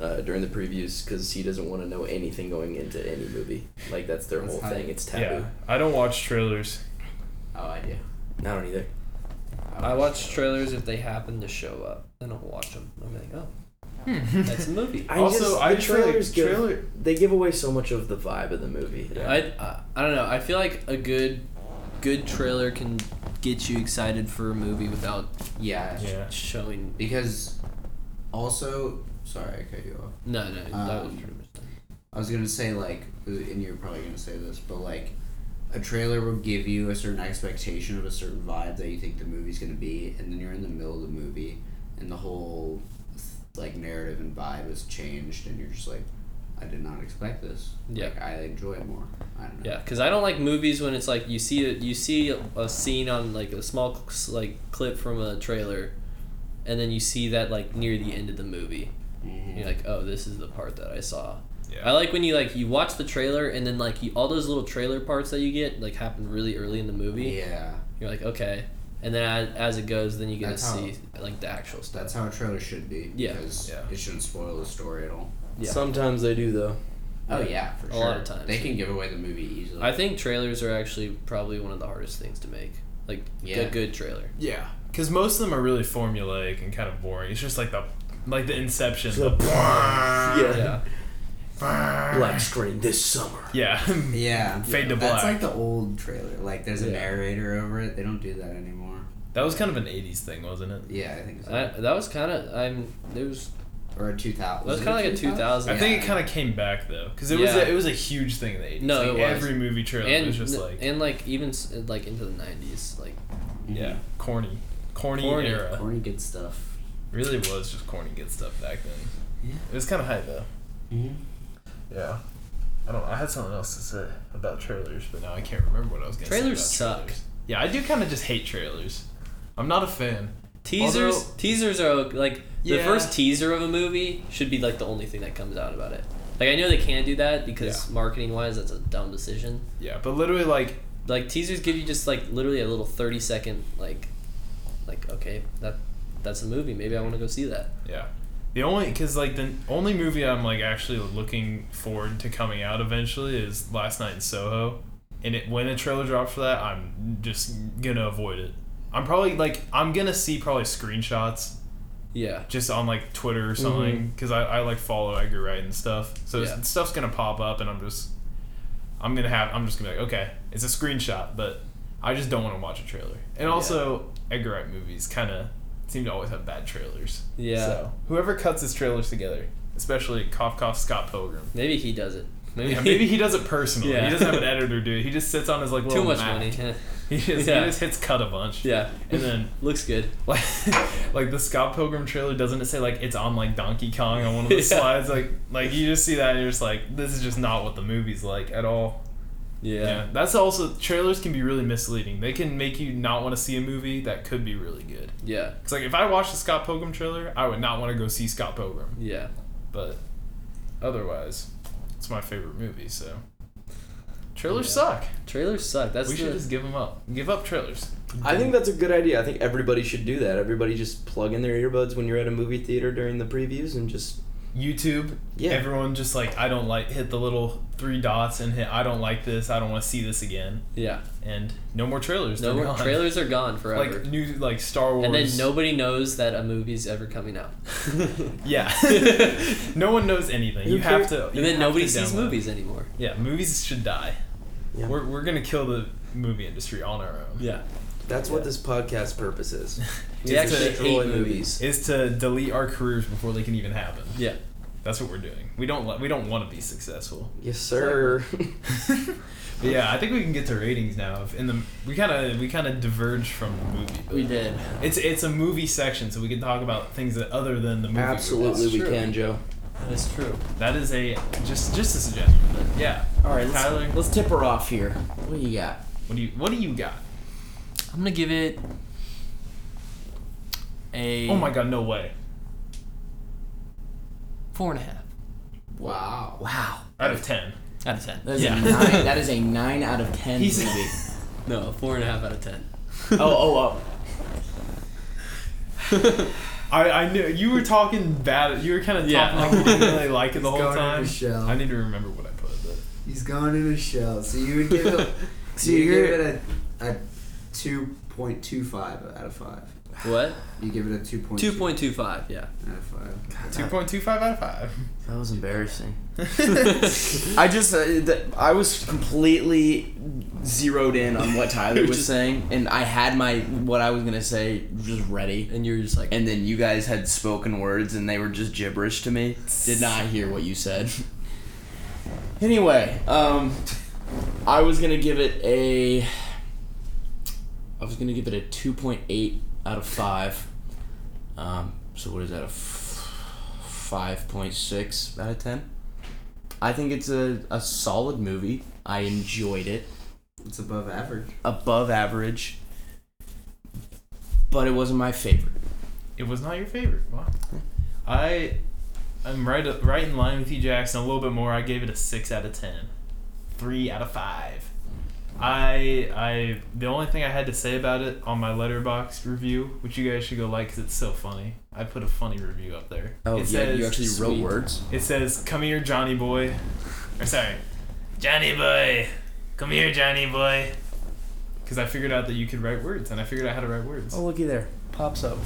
A: uh, during the previews because he doesn't want to know anything going into any movie. Like that's their
D: That's
A: whole
D: high.
A: thing. It's
C: yeah
A: taboo.
C: i don't watch trailers
D: Oh, I do.
A: I don't either.
B: I watch trailers if they happen to show up. I don't watch them. I'm like, oh,
C: <laughs>
B: that's a
A: <laughs>
B: movie.
A: I
C: Also,
A: just,
C: I
A: the
C: just feel like
A: trailers give,
C: trailer-
A: they give away so much of the vibe of the movie.
B: I, I I don't know. I feel like a good good trailer can get you excited for a movie without
D: Yeah.
C: yeah
B: showing.
D: Because also, sorry, I cut you off.
B: No, no, that was
D: Um,
B: pretty much. Done.
D: I was gonna say like, and you're probably gonna say this, but like, a trailer will give you a certain expectation of a certain vibe that you think the movie's gonna be, and then you're in the middle of the movie, and the whole like narrative and vibe is changed, and you're just like, I did not expect this.
B: Yeah.
D: Like, I enjoy it more. I don't know.
B: Yeah, because I don't like movies when it's like you see a, you see a scene on like a small like clip from a trailer, and then you see that like near the end of the movie.
D: Mhm.
B: You're like, oh, this is the part that I saw.
C: Yeah.
B: I like when you like you watch the trailer and then like you, all those little trailer parts that you get like happen really early in the movie.
D: Yeah.
B: You're like, okay, and then as, as it goes, then you get
D: That's
B: to
D: how-
B: see like the actual stuff.
D: That's how a trailer should be.
B: Yeah.
D: Because
C: Yeah.
D: it shouldn't spoil the story at all.
B: Yeah.
A: Sometimes they do though.
D: Oh yeah, for
B: A
D: sure.
B: lot of times.
D: They can give away the movie easily.
B: I think trailers are actually probably one of the hardest things to make. Like
D: Yeah.
B: a good
D: <laughs>
B: trailer.
C: Yeah, because most of them are really formulaic and kind of boring. It's just like the like the Inception.
A: <laughs>
C: <laughs> the-
B: <laughs> Yeah.
A: Black screen this summer.
C: yeah,
B: <laughs>
D: Yeah.
C: Fade to black.
D: That's like the old trailer. Like there's a
B: Yeah.
D: narrator over it. They don't do that anymore.
C: <laughs> that was kind of an '80s thing, wasn't it?
D: Yeah, I think so.
B: I, that was kind of I'm. There was
D: or a two thousand.
B: That was kind of like a 2000.
C: I think it
D: Yeah.
C: kind of came back though, because it was
B: Yeah.
C: a, it was a huge thing in the '80s.
B: No,
C: like,
B: it was.
C: every movie trailer
B: and
C: was just like
B: and like even s- uh, like into the 90s, like
C: yeah, corny, corny,
B: Corny.
C: era.
D: Corny Mm-hmm. good stuff.
C: Really was just corny good stuff back then.
D: Yeah.
C: It was kind of hype though.
D: Mm-hmm.
C: Yeah. I don't. I had something else to say about trailers, but now I can't remember what I was gonna
B: Trailers
C: say. about
B: suck.
C: trailers. Yeah, I do kind of just hate trailers. I'm not a fan.
B: teasers.
C: Although-
B: teasers are ok- like the
C: Yeah.
B: first teaser of a movie should be like the only thing that comes out about it. Like I know they can't do that because marketing wise, that's a dumb decision.
C: Yeah, but literally like
B: Like teasers give you just like literally a little 30 second like, like okay that that's a movie. Maybe I want to go see that.
C: Yeah. The only, because like the only movie I'm like actually looking forward to coming out eventually is Last Night in Soho, and it, when a trailer drops for that, I'm just gonna avoid it. I'm probably like I'm gonna see probably screenshots
B: Yeah.
C: just on like Twitter or something because I, I like follow Edgar Wright and stuff, so
B: Mm-hmm. Yeah.
C: stuff's gonna pop up, and I'm just I'm gonna have I'm just gonna be like okay, it's a screenshot, but I just don't want to watch a trailer. And also Edgar Wright movies kind of seem to always have bad trailers.
B: Yeah.
C: So whoever cuts his trailers together, especially Cough Cough Scott Pilgrim.
B: Maybe he does it. Maybe, <laughs>
C: Yeah, maybe he does it personally.
B: Yeah.
C: He doesn't
B: <laughs>
C: have an editor do it. He just sits on his like little
B: too much
C: Mac. <laughs>
B: money. <laughs>
C: He just,
B: Yeah.
C: he just hits cut a bunch.
B: yeah.
C: And then
B: <laughs> Looks good.
C: like <laughs> like the Scott Pilgrim trailer doesn't it say like it's on like Donkey Kong on one of the
B: <laughs> Yeah.
C: slides like like you just see that and you're just like this is just not what the movie's like at all.
B: Yeah.
C: That's also trailers can be really misleading. They can make you not want to see a movie that could be really good.
B: Yeah.
C: It's like if I watched the Scott Pilgrim trailer, I would not want to go see Scott Pilgrim
B: Yeah.
C: but otherwise, it's my favorite movie. So trailers
B: Yeah.
C: suck.
B: Trailers suck. That's
C: we
B: the,
C: should just give them up. Give up trailers.
A: I think that's a good idea. I think everybody should do that. Everybody just plug in their earbuds when you're at a movie theater during the previews and <laughs> just
C: YouTube.
A: Yeah.
C: Everyone just like I don't like hit the little three dots and hit I don't like this. I don't want to see this again.
B: yeah.
C: And no more trailers.
B: No
C: They're
B: more
C: gone.
B: trailers are gone forever.
C: Like new like Star Wars.
B: and then nobody knows that a movie's ever
C: <laughs>
B: coming out. <laughs>
C: Yeah. <laughs> no one knows anything. You have to. you
B: and then
C: have
B: nobody
C: to
B: sees
C: download.
B: movies anymore.
C: Yeah, movies should die.
A: Yeah.
C: We're we're gonna kill the movie industry on our own. <laughs>
B: Yeah.
A: that's what this podcast purpose is.
B: We
C: Just
B: actually
C: to-
B: hate movies.
C: Is to delete our careers before they can even happen.
B: Yeah.
C: That's what we're doing. We don't let- we don't want to be successful.
A: Yes, sir.
C: But yeah, I think we can get to ratings now. If in the we kind of we kind of diverged from the movie. but
B: We did.
C: It's it's a movie section, so we can talk about things that other than the
A: <laughs>
C: movie.
A: Absolutely, we
B: true.
A: can, Joe.
B: That's true.
C: That is a just just a suggestion. But yeah.
E: All right, let's,
C: Tyler,
E: let's tip her off here. What do you got?
C: what do you what do you got?
B: I'm gonna give it a
C: Oh my god, no way.
B: four and a half
D: Wow.
E: Wow,
C: Out of ten.
B: out of ten.
E: that is,
C: Yeah.
E: a,
B: <laughs>
E: nine, that is a nine out of ten
C: He's-
E: movie.
B: No, four and a half out of ten.
E: oh, oh,
C: <laughs> I, I knew you were talking bad. You were kind of
B: Yeah.
C: talking like you didn't really like it the whole
D: going in
C: time.
D: the shell. Uh,
C: I need to remember what I put. But
D: He's going in a shell. So you would give it. so
E: You
D: you
E: give
D: give it a, a two point two five out of five.
E: <laughs>
B: What?
D: You give it a two point
B: Two point two five. Yeah.
D: out of five.
C: two point two five out of five.
E: oh, that was embarrassing.
B: yeah.
E: <laughs> I just uh, th- I was completely zeroed in on what Tyler
B: You're
E: was
B: just-
E: saying, and I had my what I was gonna say just ready,
B: And you're just like.
E: and then you guys had spoken words, and they were just gibberish to me. Did not hear what you said. <laughs> anyway, um, I was gonna give it a. I was gonna give it a two point eight out of five. Um, so what is that? A f- five point six out of ten. I think it's a, a solid movie. I enjoyed it
D: It's above average.
E: above average, but it wasn't my favorite.
C: It was not your favorite. Wow. I I'm right right in line with you, Jackson. A little bit more. I gave it a six out of ten. Three out of five. I I the only thing I had to say about it on my letterbox review, which you guys should go like, 'cause it's so funny. I put a funny review up there.
E: Oh,
C: it
E: yeah,
C: says,
E: you actually wrote words.
C: It says, "Come here, Johnny boy," or sorry, Johnny boy, come here, Johnny boy. Because I figured out that you could write words, and I figured out how to write words.
E: Oh, looky there, pops up.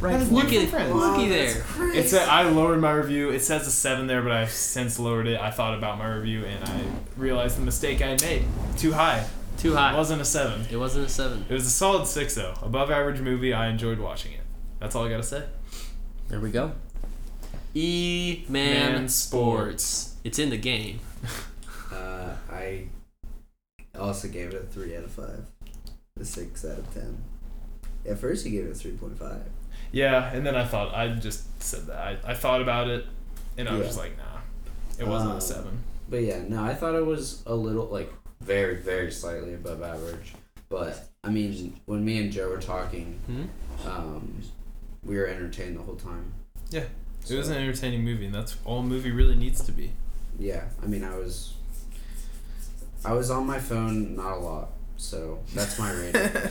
E: Right.
B: Looky, looky there.
C: It said I lowered my review. It says a seven there, but I've since lowered it. I thought about my review and I realized the mistake I made. Too high.
B: Too
C: It
B: high.
C: wasn't a seven.
B: It wasn't a seven.
C: It was a solid six though. Above average movie. I enjoyed watching it. That's all I gotta say.
E: There we go.
B: E man
C: Man
B: sports. It's in the game.
D: Uh, I also gave it a three out of five. A six out of ten. At first, you gave it a three point five.
C: Yeah, and then I thought I just said that. I, I thought about it, and I was
D: Yeah.
C: just like, nah, it wasn't
D: Um,
C: a seven.
D: But yeah, no, I thought it was a little like very, very slightly above average. But I mean, when me and Joe were talking,
B: Uh, hmm?
D: um, we were entertained the whole time.
C: Yeah. It
D: So,
C: was an entertaining movie, and that's all a movie really needs to be.
D: yeah, I mean, I was, I was on my phone not a lot, so that's my rating.
C: <laughs>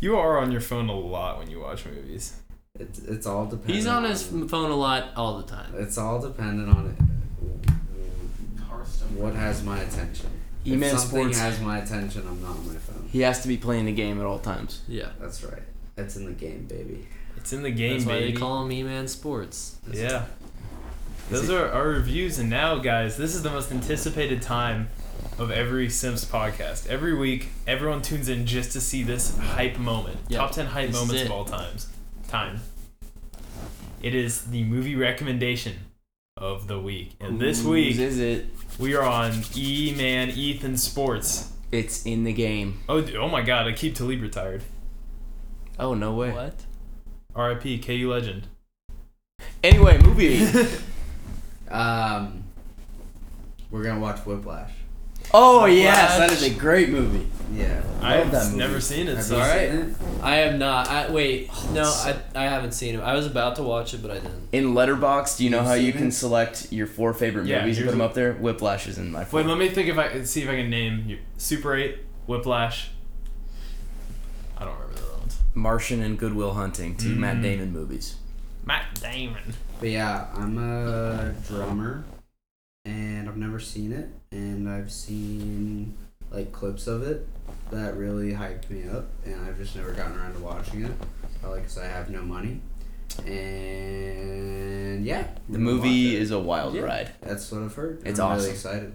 C: You are on your phone a lot when you watch movies.
D: it's it's all dependent.
B: He's on his
D: on-
B: phone a lot all the time.
D: It's all dependent on it.
G: Hearthstone.
D: What has my attention?
E: E-Man
D: if something
E: Sports.
D: has my attention, I'm not on my phone.
E: He has to be playing the game at all times.
B: Yeah.
D: That's right. It's in the game, baby.
C: It's in the game,
B: That's why
C: baby.
B: they call him E man sports.
C: Yeah. Those are our reviews, and now, guys, this is the most anticipated time of every Sims podcast. Every week, everyone tunes in just to see this hype moment.
B: Yeah,
C: Top 10 hype
B: this is
C: moments
B: it.
C: of all times. Time. It is the movie recommendation of the week. And this
E: Whose
C: week,
E: is it?
C: we are on E Man Ethan Sports.
E: It's in the game.
C: Oh, d- oh my god, I keep Talib retired.
E: Oh no way.
B: What?
C: RIP, KU legend.
E: Anyway, movie.
D: Um, we're gonna watch Whiplash.
E: oh yes, that is a great movie.
D: Yeah.
E: that
C: I've
E: movie.
C: never seen it,
D: Have
C: so
D: you
C: alright.
D: seen it?
B: I am not. I wait. No, I, I haven't seen him. I was about to watch it, but I didn't.
E: In Letterboxd, you know
D: You've
E: how you
D: seen
E: can
D: it?
E: select your four favorite
C: Yeah,
E: movies and put
C: here's
E: them
C: a-
E: up there? Whiplash is in my four.
C: Wait, let me think if I can see if I can name you. Super 8, Whiplash. I don't remember the other ones.
E: Martian and Goodwill Hunting, two Matt
C: Mm.
E: Damon movies.
C: Matt Damon.
D: But yeah, I'm a drummer, and I've never seen it, and I've seen like clips of it that really hyped me up, and I've just never gotten around to watching it, probably because I have no money. And yeah,
E: The
D: we're gonna watch
E: movie
D: it.
E: is a wild ride.
D: That's what I've heard. and
E: It's
D: I'm
E: awesome.
D: really excited.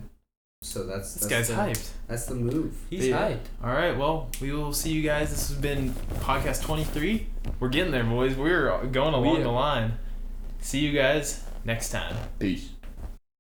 D: So that's
C: This
D: that's
C: guy's
D: the,
C: hyped.
D: That's the move.
B: He's
C: Yeah.
B: hyped.
C: All right, well, we will see you guys. This has been podcast 23. We're getting there, boys. We're going along
B: are.
C: the line. See you guys next time.
E: Peace.